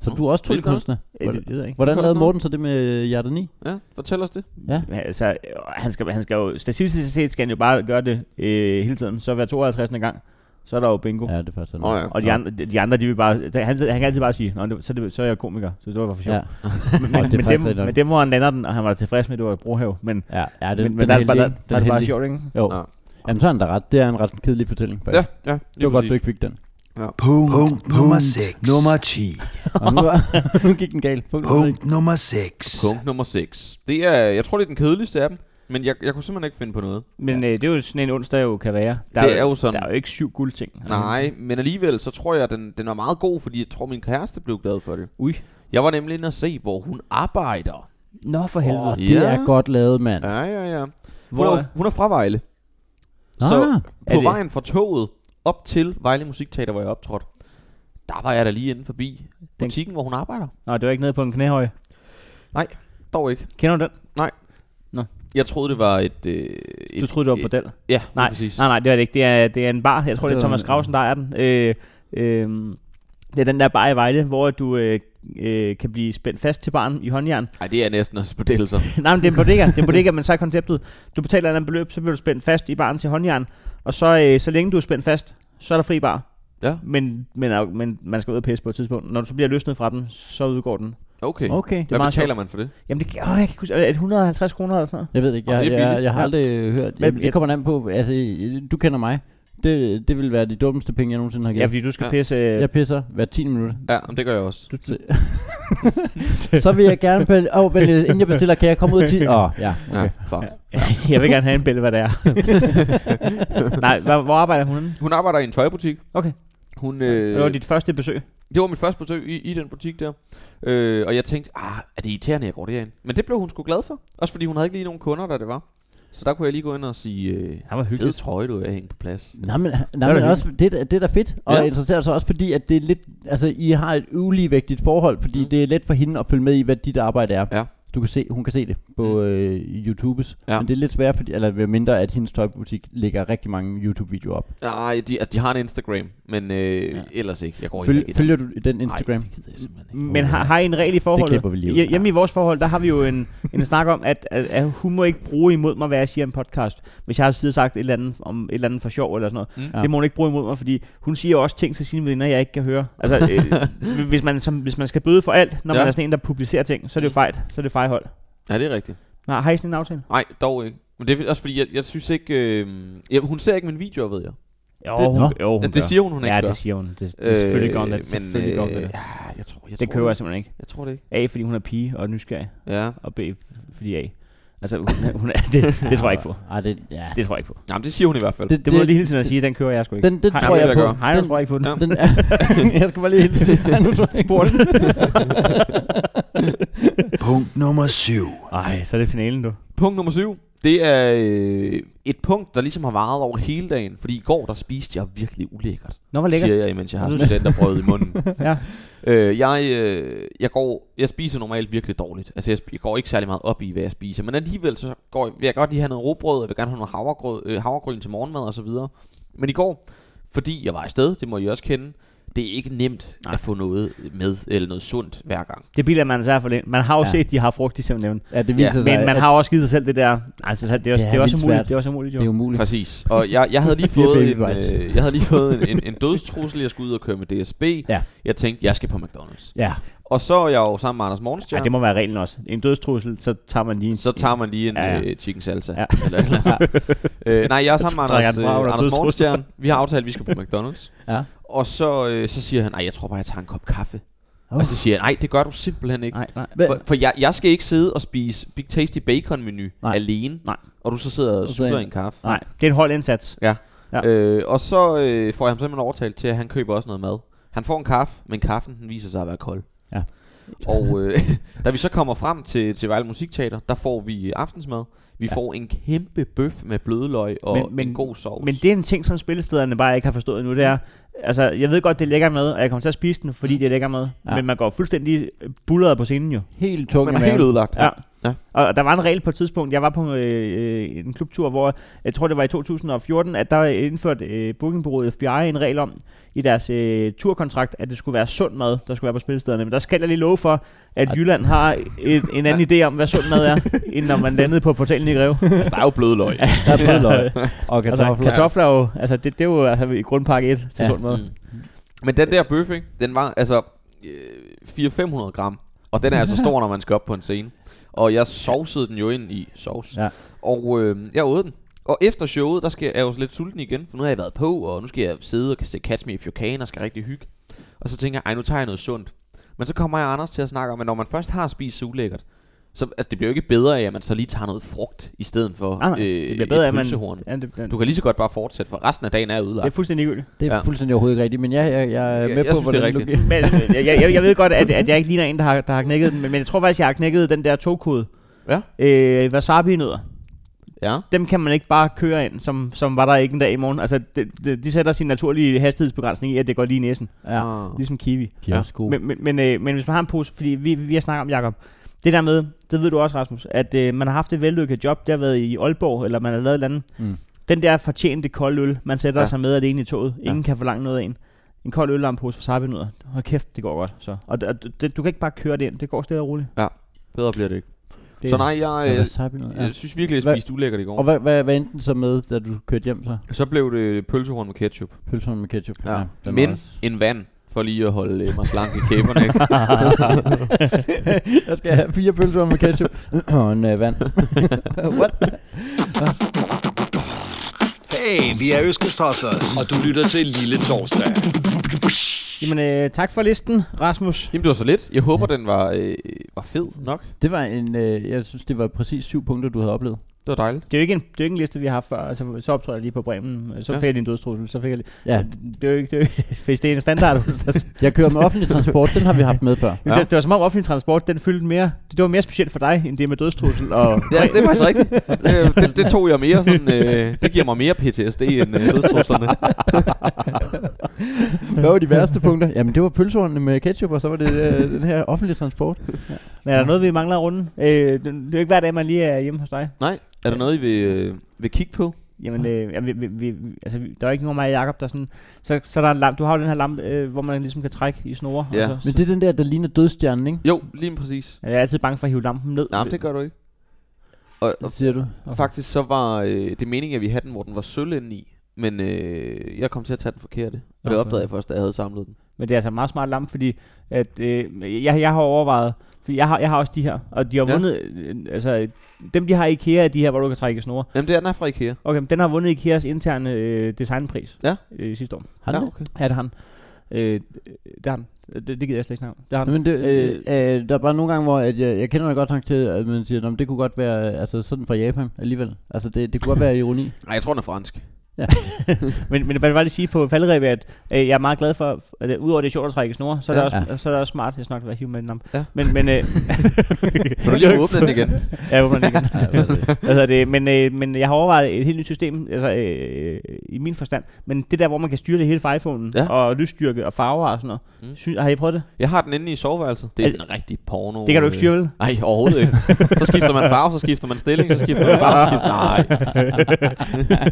Så
Nå,
du er også
det er godt.
tryllekunstner.
Øh,
Hvordan-
Det, det ved jeg ikke.
Hvordan
Det
lavede
koster
Morten så det med Jardini?
Ja, fortæl os det.
Men Altså, øh, han skal, han skal jo, statistisk set skal han jo bare gøre det øh, hele tiden. Så hver 52. gang, så er der jo bingo. Ja.
Ja, det er først sådan.
Nå ja.
Og de andre, de andre, de vil bare, der- han, han kan altid bare sige, Nå, det, så, er det, så er jeg komiker, så det var for sjovt.
Ja,
Ja. Men, men,
det er
men,
faktisk
dem,
rigtigt nok.
men dem, hvor han lander den, og han var tilfreds med, at det var et brohav. Men,
ja, ja den,
men, men
den
der, er
er
det bare-
heldig.
der,
Den
der er det bare
heldig.
sjovt, ikke?
Jo.
Ja.
Jamen, så er han da ret. Det er en ret kedelig fortælling, faktisk.
Ja, ja. lige
det var godt,
præcis.
du ikke fik den.
Punkt, punkt nummer 6. Nummer 10.
Og nu, nu gik den galt. Punkt.
Punkt nummer 6.
Punkt nummer 6. Det er, jeg tror, det er den kedeligste af dem. Men jeg, jeg kunne simpelthen ikke finde på noget.
Men øh, det er jo sådan en onsdag jo kan være. Der
Det er jo sådan.
Der er jo ikke syv guldting.
Nej, men alligevel, så tror jeg, den, den var meget god, fordi jeg tror, min kæreste blev glad for det.
Ui.
Jeg var nemlig inde og se, hvor hun arbejder.
Nå for helvede.
Åh,
Oh,
det
Ja.
er godt lavet, mand.
Ja, ja, ja. Hun,
Hvor
er, hun er fra Vejle.
Ah,
så
er
på
det-
vejen fra toget op til Vejle Musikteater, hvor jeg optrådte, der var jeg da lige inde forbi butikken, hvor hun arbejder.
Nå, det var ikke nede på en knæhøj.
Dog ikke.
Kender du den?
Jeg troede, det var et... Øh, et
Du troede, det var
et-
et bordel.
Ja, lige
Nej,
præcis.
nej, nej, det er det ikke. Det er, det er en bar. Jeg tror, det er
Det var-
Thomas Grausen, der er den. Øh, øh, det er den der bar i Vejle, hvor du øh, øh, kan blive spændt fast til baren i håndjern.
Ej, det er næsten også bordel, så.
Nej, men det er en bodega, det er en bodega, men så er konceptet. Du betaler et eller andet beløb, så bliver du spændt fast i baren til håndjern, og så, øh, så længe du er spændt fast, så er der fri bar.
Ja.
Men, men, men man skal ud og pisse på et tidspunkt. Når du så bliver løsnet fra den, så udgår den.
Okay.
Okay.
Hvad
meget
betaler
sjovt.
man for det?
Jamen, det, åh, jeg kan ikke huske, er det 150 kroner eller sådan noget?
Jeg ved det ikke.
Og
Jeg,
det er
jeg,
billigt.
jeg har
Ja.
aldrig øh, hørt.
Men
Men,
jeg-
det kommer an på. Altså, øh, du kender mig. Det, det vil være de dummeste penge, jeg nogensinde har
Ja,
givet.
fordi du skal
Ja.
pisse... Øh,
Jeg pisser hver 10 minutter.
Ja, men det gør jeg også.
Så, så vil jeg gerne bel- oh, men, øh, inden jeg bestiller, kan jeg komme ud til... Åh, oh, ja.
Ja,
Okay.
fuck.
jeg vil gerne have en billede, hvad det er. Nej, hvor, hvor arbejder hun? henne?
Hun arbejder i en tøjbutik.
Okay.
Hun, øh,
Det var dit første besøg.
det var mit første besøg i, i den butik der. Øh, og jeg tænkte, ah, er det irriterende, jeg går derind? Men det blev hun sgu glad for. Også fordi hun havde ikke lige nogen kunder, da det var. Så der kunne jeg lige gå ind og sige, øh,
Han var
fed trøje, du er hængt på plads.
Nej, men,
er
nej, men
da
også, det, er da- det er da fedt, og
Ja.
ja. interesserer sig også, fordi at det er lidt, altså, I har et uligevægtigt forhold, fordi
Mm.
mm. det er let for hende at følge med i, hvad dit arbejde er.
Ja.
Du kan se, hun kan se det
Mm.
på øh, YouTubes,
Ja.
ja. men det er lidt svært, fordi, eller mindre, at hendes tøjbutik lægger rigtig mange YouTube-videoer op.
Nej, de, altså, de har en Instagram, men øh, ja.
Ja.
ellers ikke. Jeg går
Føl,
ikke
følger du den Instagram? Mm.
Nej, det gider jeg simpelthen ikke.
Men har, har I en regel i forholdet?
klipper vi lige ud.
Hje- Hjemme i vores forhold, der har vi jo en, en snak om, at, at, at hun må ikke bruge imod mig, hvad jeg siger i en podcast. Hvis jeg har siddet og sagt et eller andet, om et eller andet for sjov eller sådan noget.
Mm.
Mm. Det må hun ikke bruge imod mig, fordi hun siger jo også ting til sine venner, jeg ikke kan høre. Altså, øh, hvis, man, som, hvis man skal bøde for alt, når ja.
Ja. Mm.
man er sådan en, der publicerer ting, så er det jo fejl. Så er det fejhold.
Ja, det er rigtigt.
Nej, har I sådan en aftale?
Nej, dog ikke. Men det er også fordi, jeg, jeg synes ikke... Øh, ja, hun ser ikke mine videoer, ved jeg.
Jo,
Det-
hun,
Nå.
jo, hun
Altså, det
gør.
siger hun, hun ikke
Ja,
gør.
det siger hun. Det, det er selvfølgelig godt,
Øh, men,
det. Selvfølgelig godt, det
øh,
der.
Ja, jeg tror, jeg
Det
tror
køber jeg simpelthen ikke.
Jeg tror det ikke.
A, fordi hun er pige og nysgerrig,
Ja.
og B, fordi A. Altså, hun, hun er, det, det tror jeg ikke på.
Ej, Ah, det, ja.
Det tror jeg ikke på.
Jamen, det siger hun i hvert fald.
Det, det må jeg lige hele tiden at sige, den kører jeg sgu ikke.
Den, den
Hej,
tror
det
jeg,
vil
på.
jeg
Hej, den tror jeg ikke på den.
Den er, jeg skal bare lige hilse. Hej, nu tror jeg ikke på den.
Punkt nummer 7.
Ej, så er det finalen, du.
Punkt nummer 7. Det er øh, et punkt, der ligesom har varet over hele dagen. Fordi i går, der spiste jeg virkelig ulækkert.
Nå, hvor lækkert.
Siger jeg, imens jeg har studenterbrød i munden.
Ja.
Øh, jeg, øh, jeg, går, jeg spiser normalt virkelig dårligt. Altså, jeg, sp- jeg går ikke særlig meget op i, hvad jeg spiser. Men alligevel, så går, jeg- vil jeg godt lige have noget råbrød. Jeg vil gerne have noget havregrød, øh, havregryn til morgenmad og så videre. Men i går, fordi jeg var afsted, det må I også kende, det er ikke nemt Nej.
Nej.
at få noget med, eller noget sundt hver gang.
Det biler man sig for lidt. Man har jo
Ja.
set, de har frugt, de simpelthen nævnt.
Ja, det
Ja,
viser sig.
Men man
at
har også givet sig selv det der... Altså, det er, det er,
Ja,
det er også
vildt
umuligt.
svært.
Det er også umuligt, jo.
Det er umuligt.
Præcis. Og jeg, jeg havde lige
Fire
fået, en,
babybite.
øh, jeg havde lige fået en, en, en dødstrussel, jeg skulle ud og køre med DSB.
Ja.
Jeg tænkte, jeg skal på McDonald's.
Ja.
Og så er jeg jo sammen med Anders
Ej,
Morgenstjerne.
det må være reglen også. En dødstrussel, så tager man lige en...
Så tager man lige en
Ja,
ja,
ja.
ja. Øh, chicken salsa.
Ja.
Ja. Eller, et eller, andet. øh, nej, jeg er sammen med
Så trækker
Anders,
den fra, hvor der
øh,
er
Anders
dødstrusler.
Morgenstjerne. Vi har aftalt, at vi skal på McDonald's.
Ja.
Og så, øh, så siger han, nej, jeg tror bare, jeg tager en kop kaffe.
Oh.
Og så siger jeg, nej, det gør du simpelthen ikke.
Nej, nej.
Men,
For, for jeg, jeg skal ikke sidde og spise Big Tasty Bacon-menu
Nej.
alene.
Nej.
Og du så sidder og
så
sutter
en-
en kaffe.
Nej, det er en hold indsats. Ja.
Øh, og så øh, får jeg ham simpelthen overtalt til, at han køber også noget mad. Han får en kaffe, men kaffen den viser sig at være kold.
Ja.
Og øh, da vi så kommer frem til, til Vejle Musikteater, der får vi aftensmad. Vi ja. får en kæmpe bøf med blødløg og
Men- men-
en god sovs.
Men det er en ting, som spillestederne bare ikke har forstået nu. Det er, altså, jeg ved godt, det er lækker mad, og jeg kommer til at spise den, fordi det er lækker mad.
Mm. Ja.
Men man går fuldstændig bulleret på scenen jo.
helt tung i
man er helt
maven.
ødelagt.
Ja.
Ja.
Og der var en regel på et tidspunkt. Jeg var på øh, øh, en klubtur, hvor jeg tror, det var i 2014, at der indførte øh, bookingbureauet FBI en regel om i deres øh, turkontrakt, at det skulle være sund mad, der skulle være på spillestederne. Men der skal jeg lige love for, at
Ej.
Jylland har et, en anden idé om, hvad sund mad er, end når man landede på portalen i Greve.
Altså, der er jo blødløg.
Der er både løg og
Altså,
kartofler.
kartofler er jo, altså det, det er jo altså, i grundpakke 1 til
Ja.
sund mad.
Mm. Men den der bøf, ikke, den var altså øh, 400-500 gram. Og den er altså stor, når man skal op på en scene. Og jeg sovsede den jo ind i sovs.
Ja.
Og øh, jeg åd den. Og efter showet, der skal jeg, er jeg jo så lidt sulten igen, for nu har jeg været på, og nu skal jeg sidde og kan se Catch Me If You Can, og skal rigtig hygge. Og så tænker jeg, ej, nu tager jeg noget sundt. Men så kommer jeg og Anders til at snakke om, at når man først har spist så ulækkert, så altså, det bliver jo ikke bedre af, at man så lige tager noget frugt, i stedet for
Ah, nej,
øh,
det bliver bedre,
et
at man...
pølsehorn.
Ja, det, det,
Du kan lige så godt bare fortsætte, for resten af dagen er ødelagt.
det er fuldstændig ligegyldigt.
Det er
Ja.
fuldstændig overhovedet ikke rigtigt, men jeg, jeg, jeg er
Jeg-
med
jeg
på,
synes, det er
hvordan
rigtigt.
du...
men, øh, jeg, jeg, jeg ved godt, at, at jeg ikke ligner en, der har, der har knækket den, men, men jeg tror faktisk, jeg har knækket den der togkode.
Ja.
Øh, wasabi-nødder.
Ja.
Dem kan man ikke bare køre ind, som, som var der ikke en dag i morgen. Altså, de, de, de sætter sin naturlige hastighedsbegrænsning i, at det går lige i næsen.
Ja.
Ah.
Ligesom kiwi.
De er også gode.
Men, men, men, øh, men hvis man har en pose, fordi vi, vi har snakket om, Jacob, det der med, det ved du også, Rasmus, at øh, man har haft et vellykket job, der har været i Aalborg, eller man har lavet et eller andet.
Mm.
Den der fortjente kolde øl, man sætter
Ja.
ja. sig med alene i toget. Ingen
Ja.
kan forlange noget af en. En kold øl og en pose wasabi nødder. Hold kæft, det går godt. Så. Og d- og d- det, du kan ikke bare køre det ind. Det går stille og roligt.
Bedre bliver det ikke.
Det,
Så nej, øh, jeg,
Ja,
jeg,
wasabi noget, ja.
jeg synes virkelig, jeg
Hvad-
spiste ulækkert i
Og
går.
hvad, hvad, hvad endte den så med, da du kørte hjem så?
Så blev det pølsehorn med ketchup.
Pølser med ketchup. den var
Men
også-
en vand, for lige at holde øh, mig slank i kæberne. ikke?
jeg skal have fire pølser med ketchup og en øh, vand. What?
Hey, vi er Øskestoftes.
Og du lytter til Lille Torsdag.
Jamen, øh, tak for listen, Rasmus.
Jamen, det var så lidt. Jeg håber, den var, øh, var fed nok.
Det var en, øh, jeg synes, det var præcis syv punkter, du havde oplevet.
Det var dejligt.
Det er jo ikke en, det er jo ikke en liste, vi har haft før. Altså, så optrådte jeg lige på Bremen. øh, Så
Ja.
fik jeg lige en dødstrussel. Så fik jeg lige...
Ja,
Det er jo ikke... Det er jo ikke hvis det er en standard. der-
jeg kører med offentlig transport, den har vi haft med før.
Ja. Det, det var som om offentlig transport, den fyldte mere, det, det var mere specielt for dig, end det med dødstrussel og...
Ja, det var så rigtigt. Øh, det, det, tog jeg mere sådan, øh, det giver mig mere PTSD end øh, dødstruslerne.
Hvad var de værste punkter? Jamen, det var pølserne med ketchup, og så var det øh, den her offentlige transport.
Men er der noget, vi mangler at runde? Øh, det, det er jo ikke hver dag, man lige er hjemme hos dig.
Nej, er der noget, I vil, øh, vil kigge på?
Jamen, øh, ja, vi, vi, vi, vi- altså, vi- der er jo ikke nogen af mig og Jacob, der sådan... Så, så der er en lamp, du har jo den her lampe, øh, hvor man ligesom kan trække i snore.
Ja.
Og så,
Men det er den der, der ligner dødstjernen, ikke?
Jo, lige præcis.
Jeg er altid bange for at hive lampen ned.
Nej, det gør du ikke. Og,
Hvad
og
siger du?
faktisk så var øh, det meningen, at vi havde den, hvor den var sølv i. Men øh, jeg kom til at tage den forkerte. Og
Nå,
det
for-
opdagede jeg først, da jeg havde samlet den.
Men det er altså en meget smart lampe, fordi at, øh, jeg, jeg har overvejet, fordi jeg har, jeg har også de her, og de har
Ja.
vundet, øh, altså dem de har i IKEA er de her, hvor du kan trække i snore.
Jamen, det er den er fra IKEA.
Okay, men den har vundet IKEAs interne øh, designpris
Ja. Mm.
øh, sidste år.
Har
ja,
den det?
okay.
Ja, det har han. Øh, det har han. Det, det gider jeg slet ikke snakke om. Det har han.
Nå, Men det,
Øh,
øh, øh, der er bare nogle gange, hvor at jeg, jeg kender det godt nok til, at man siger, at det kunne godt være øh, altså, sådan fra Japan alligevel. Altså det, det kunne godt være ironi.
Nej, jeg tror, den er fransk.
Men, men hvad vil jeg lige sige på faldrebet, at øh, jeg er meget glad for, at øh, udover det er sjovt at trække snore, så er,
Ja,
det også, så er det også smart, jeg snakker, hvad hive med den om.
Ja.
Men, men, øh,
Kan du lige åbne den igen?
ja, åbner den igen. altså, det, men, øh, men jeg har overvejet et helt nyt system, altså øh, i min forstand, men det der, hvor man kan styre det hele fra iPhone'en,
Ja.
og lysstyrke og farver og sådan noget.
Mm.
Mm. Synes, har I prøvet det?
Jeg har den inde i soveværelset. Det er
Altså,
sådan en rigtig porno. øh,
Det kan du ikke styre, vel?
Nej, overhovedet ikke. Så skifter man farve, så skifter man stilling, så skifter man farve, så skifter Nej.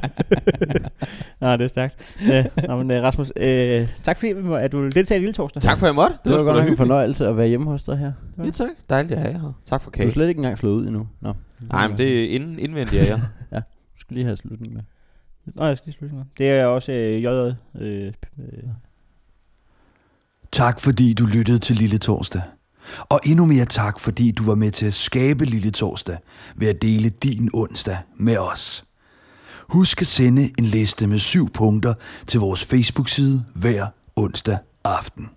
Nå, det er stærkt. Øh, nå, men øh, Rasmus, øh, tak fordi vi må- at du ville deltage i Lille Torsdag.
Tak for, at jeg måtte.
Det var,
sgu
godt
da
nok en
hyggeligt.
fornøjelse at være hjemme hos dig her.
Ja, tak. Dejligt at have jer her. Tak for
Du er
kage.
slet ikke engang slået ud endnu. Nå,
Nej, men det er inden, indvendigt af jer.
du skal lige have slutningen med.
Nå, jeg skal lige slutte med. Det er også øh, JJ. Øh, øh,
Tak fordi du lyttede til Lille Torsdag. Og endnu mere tak, fordi du var med til at skabe Lille Torsdag ved at dele din onsdag med os. Husk at sende en liste med syv punkter til vores Facebook-side hver onsdag aften.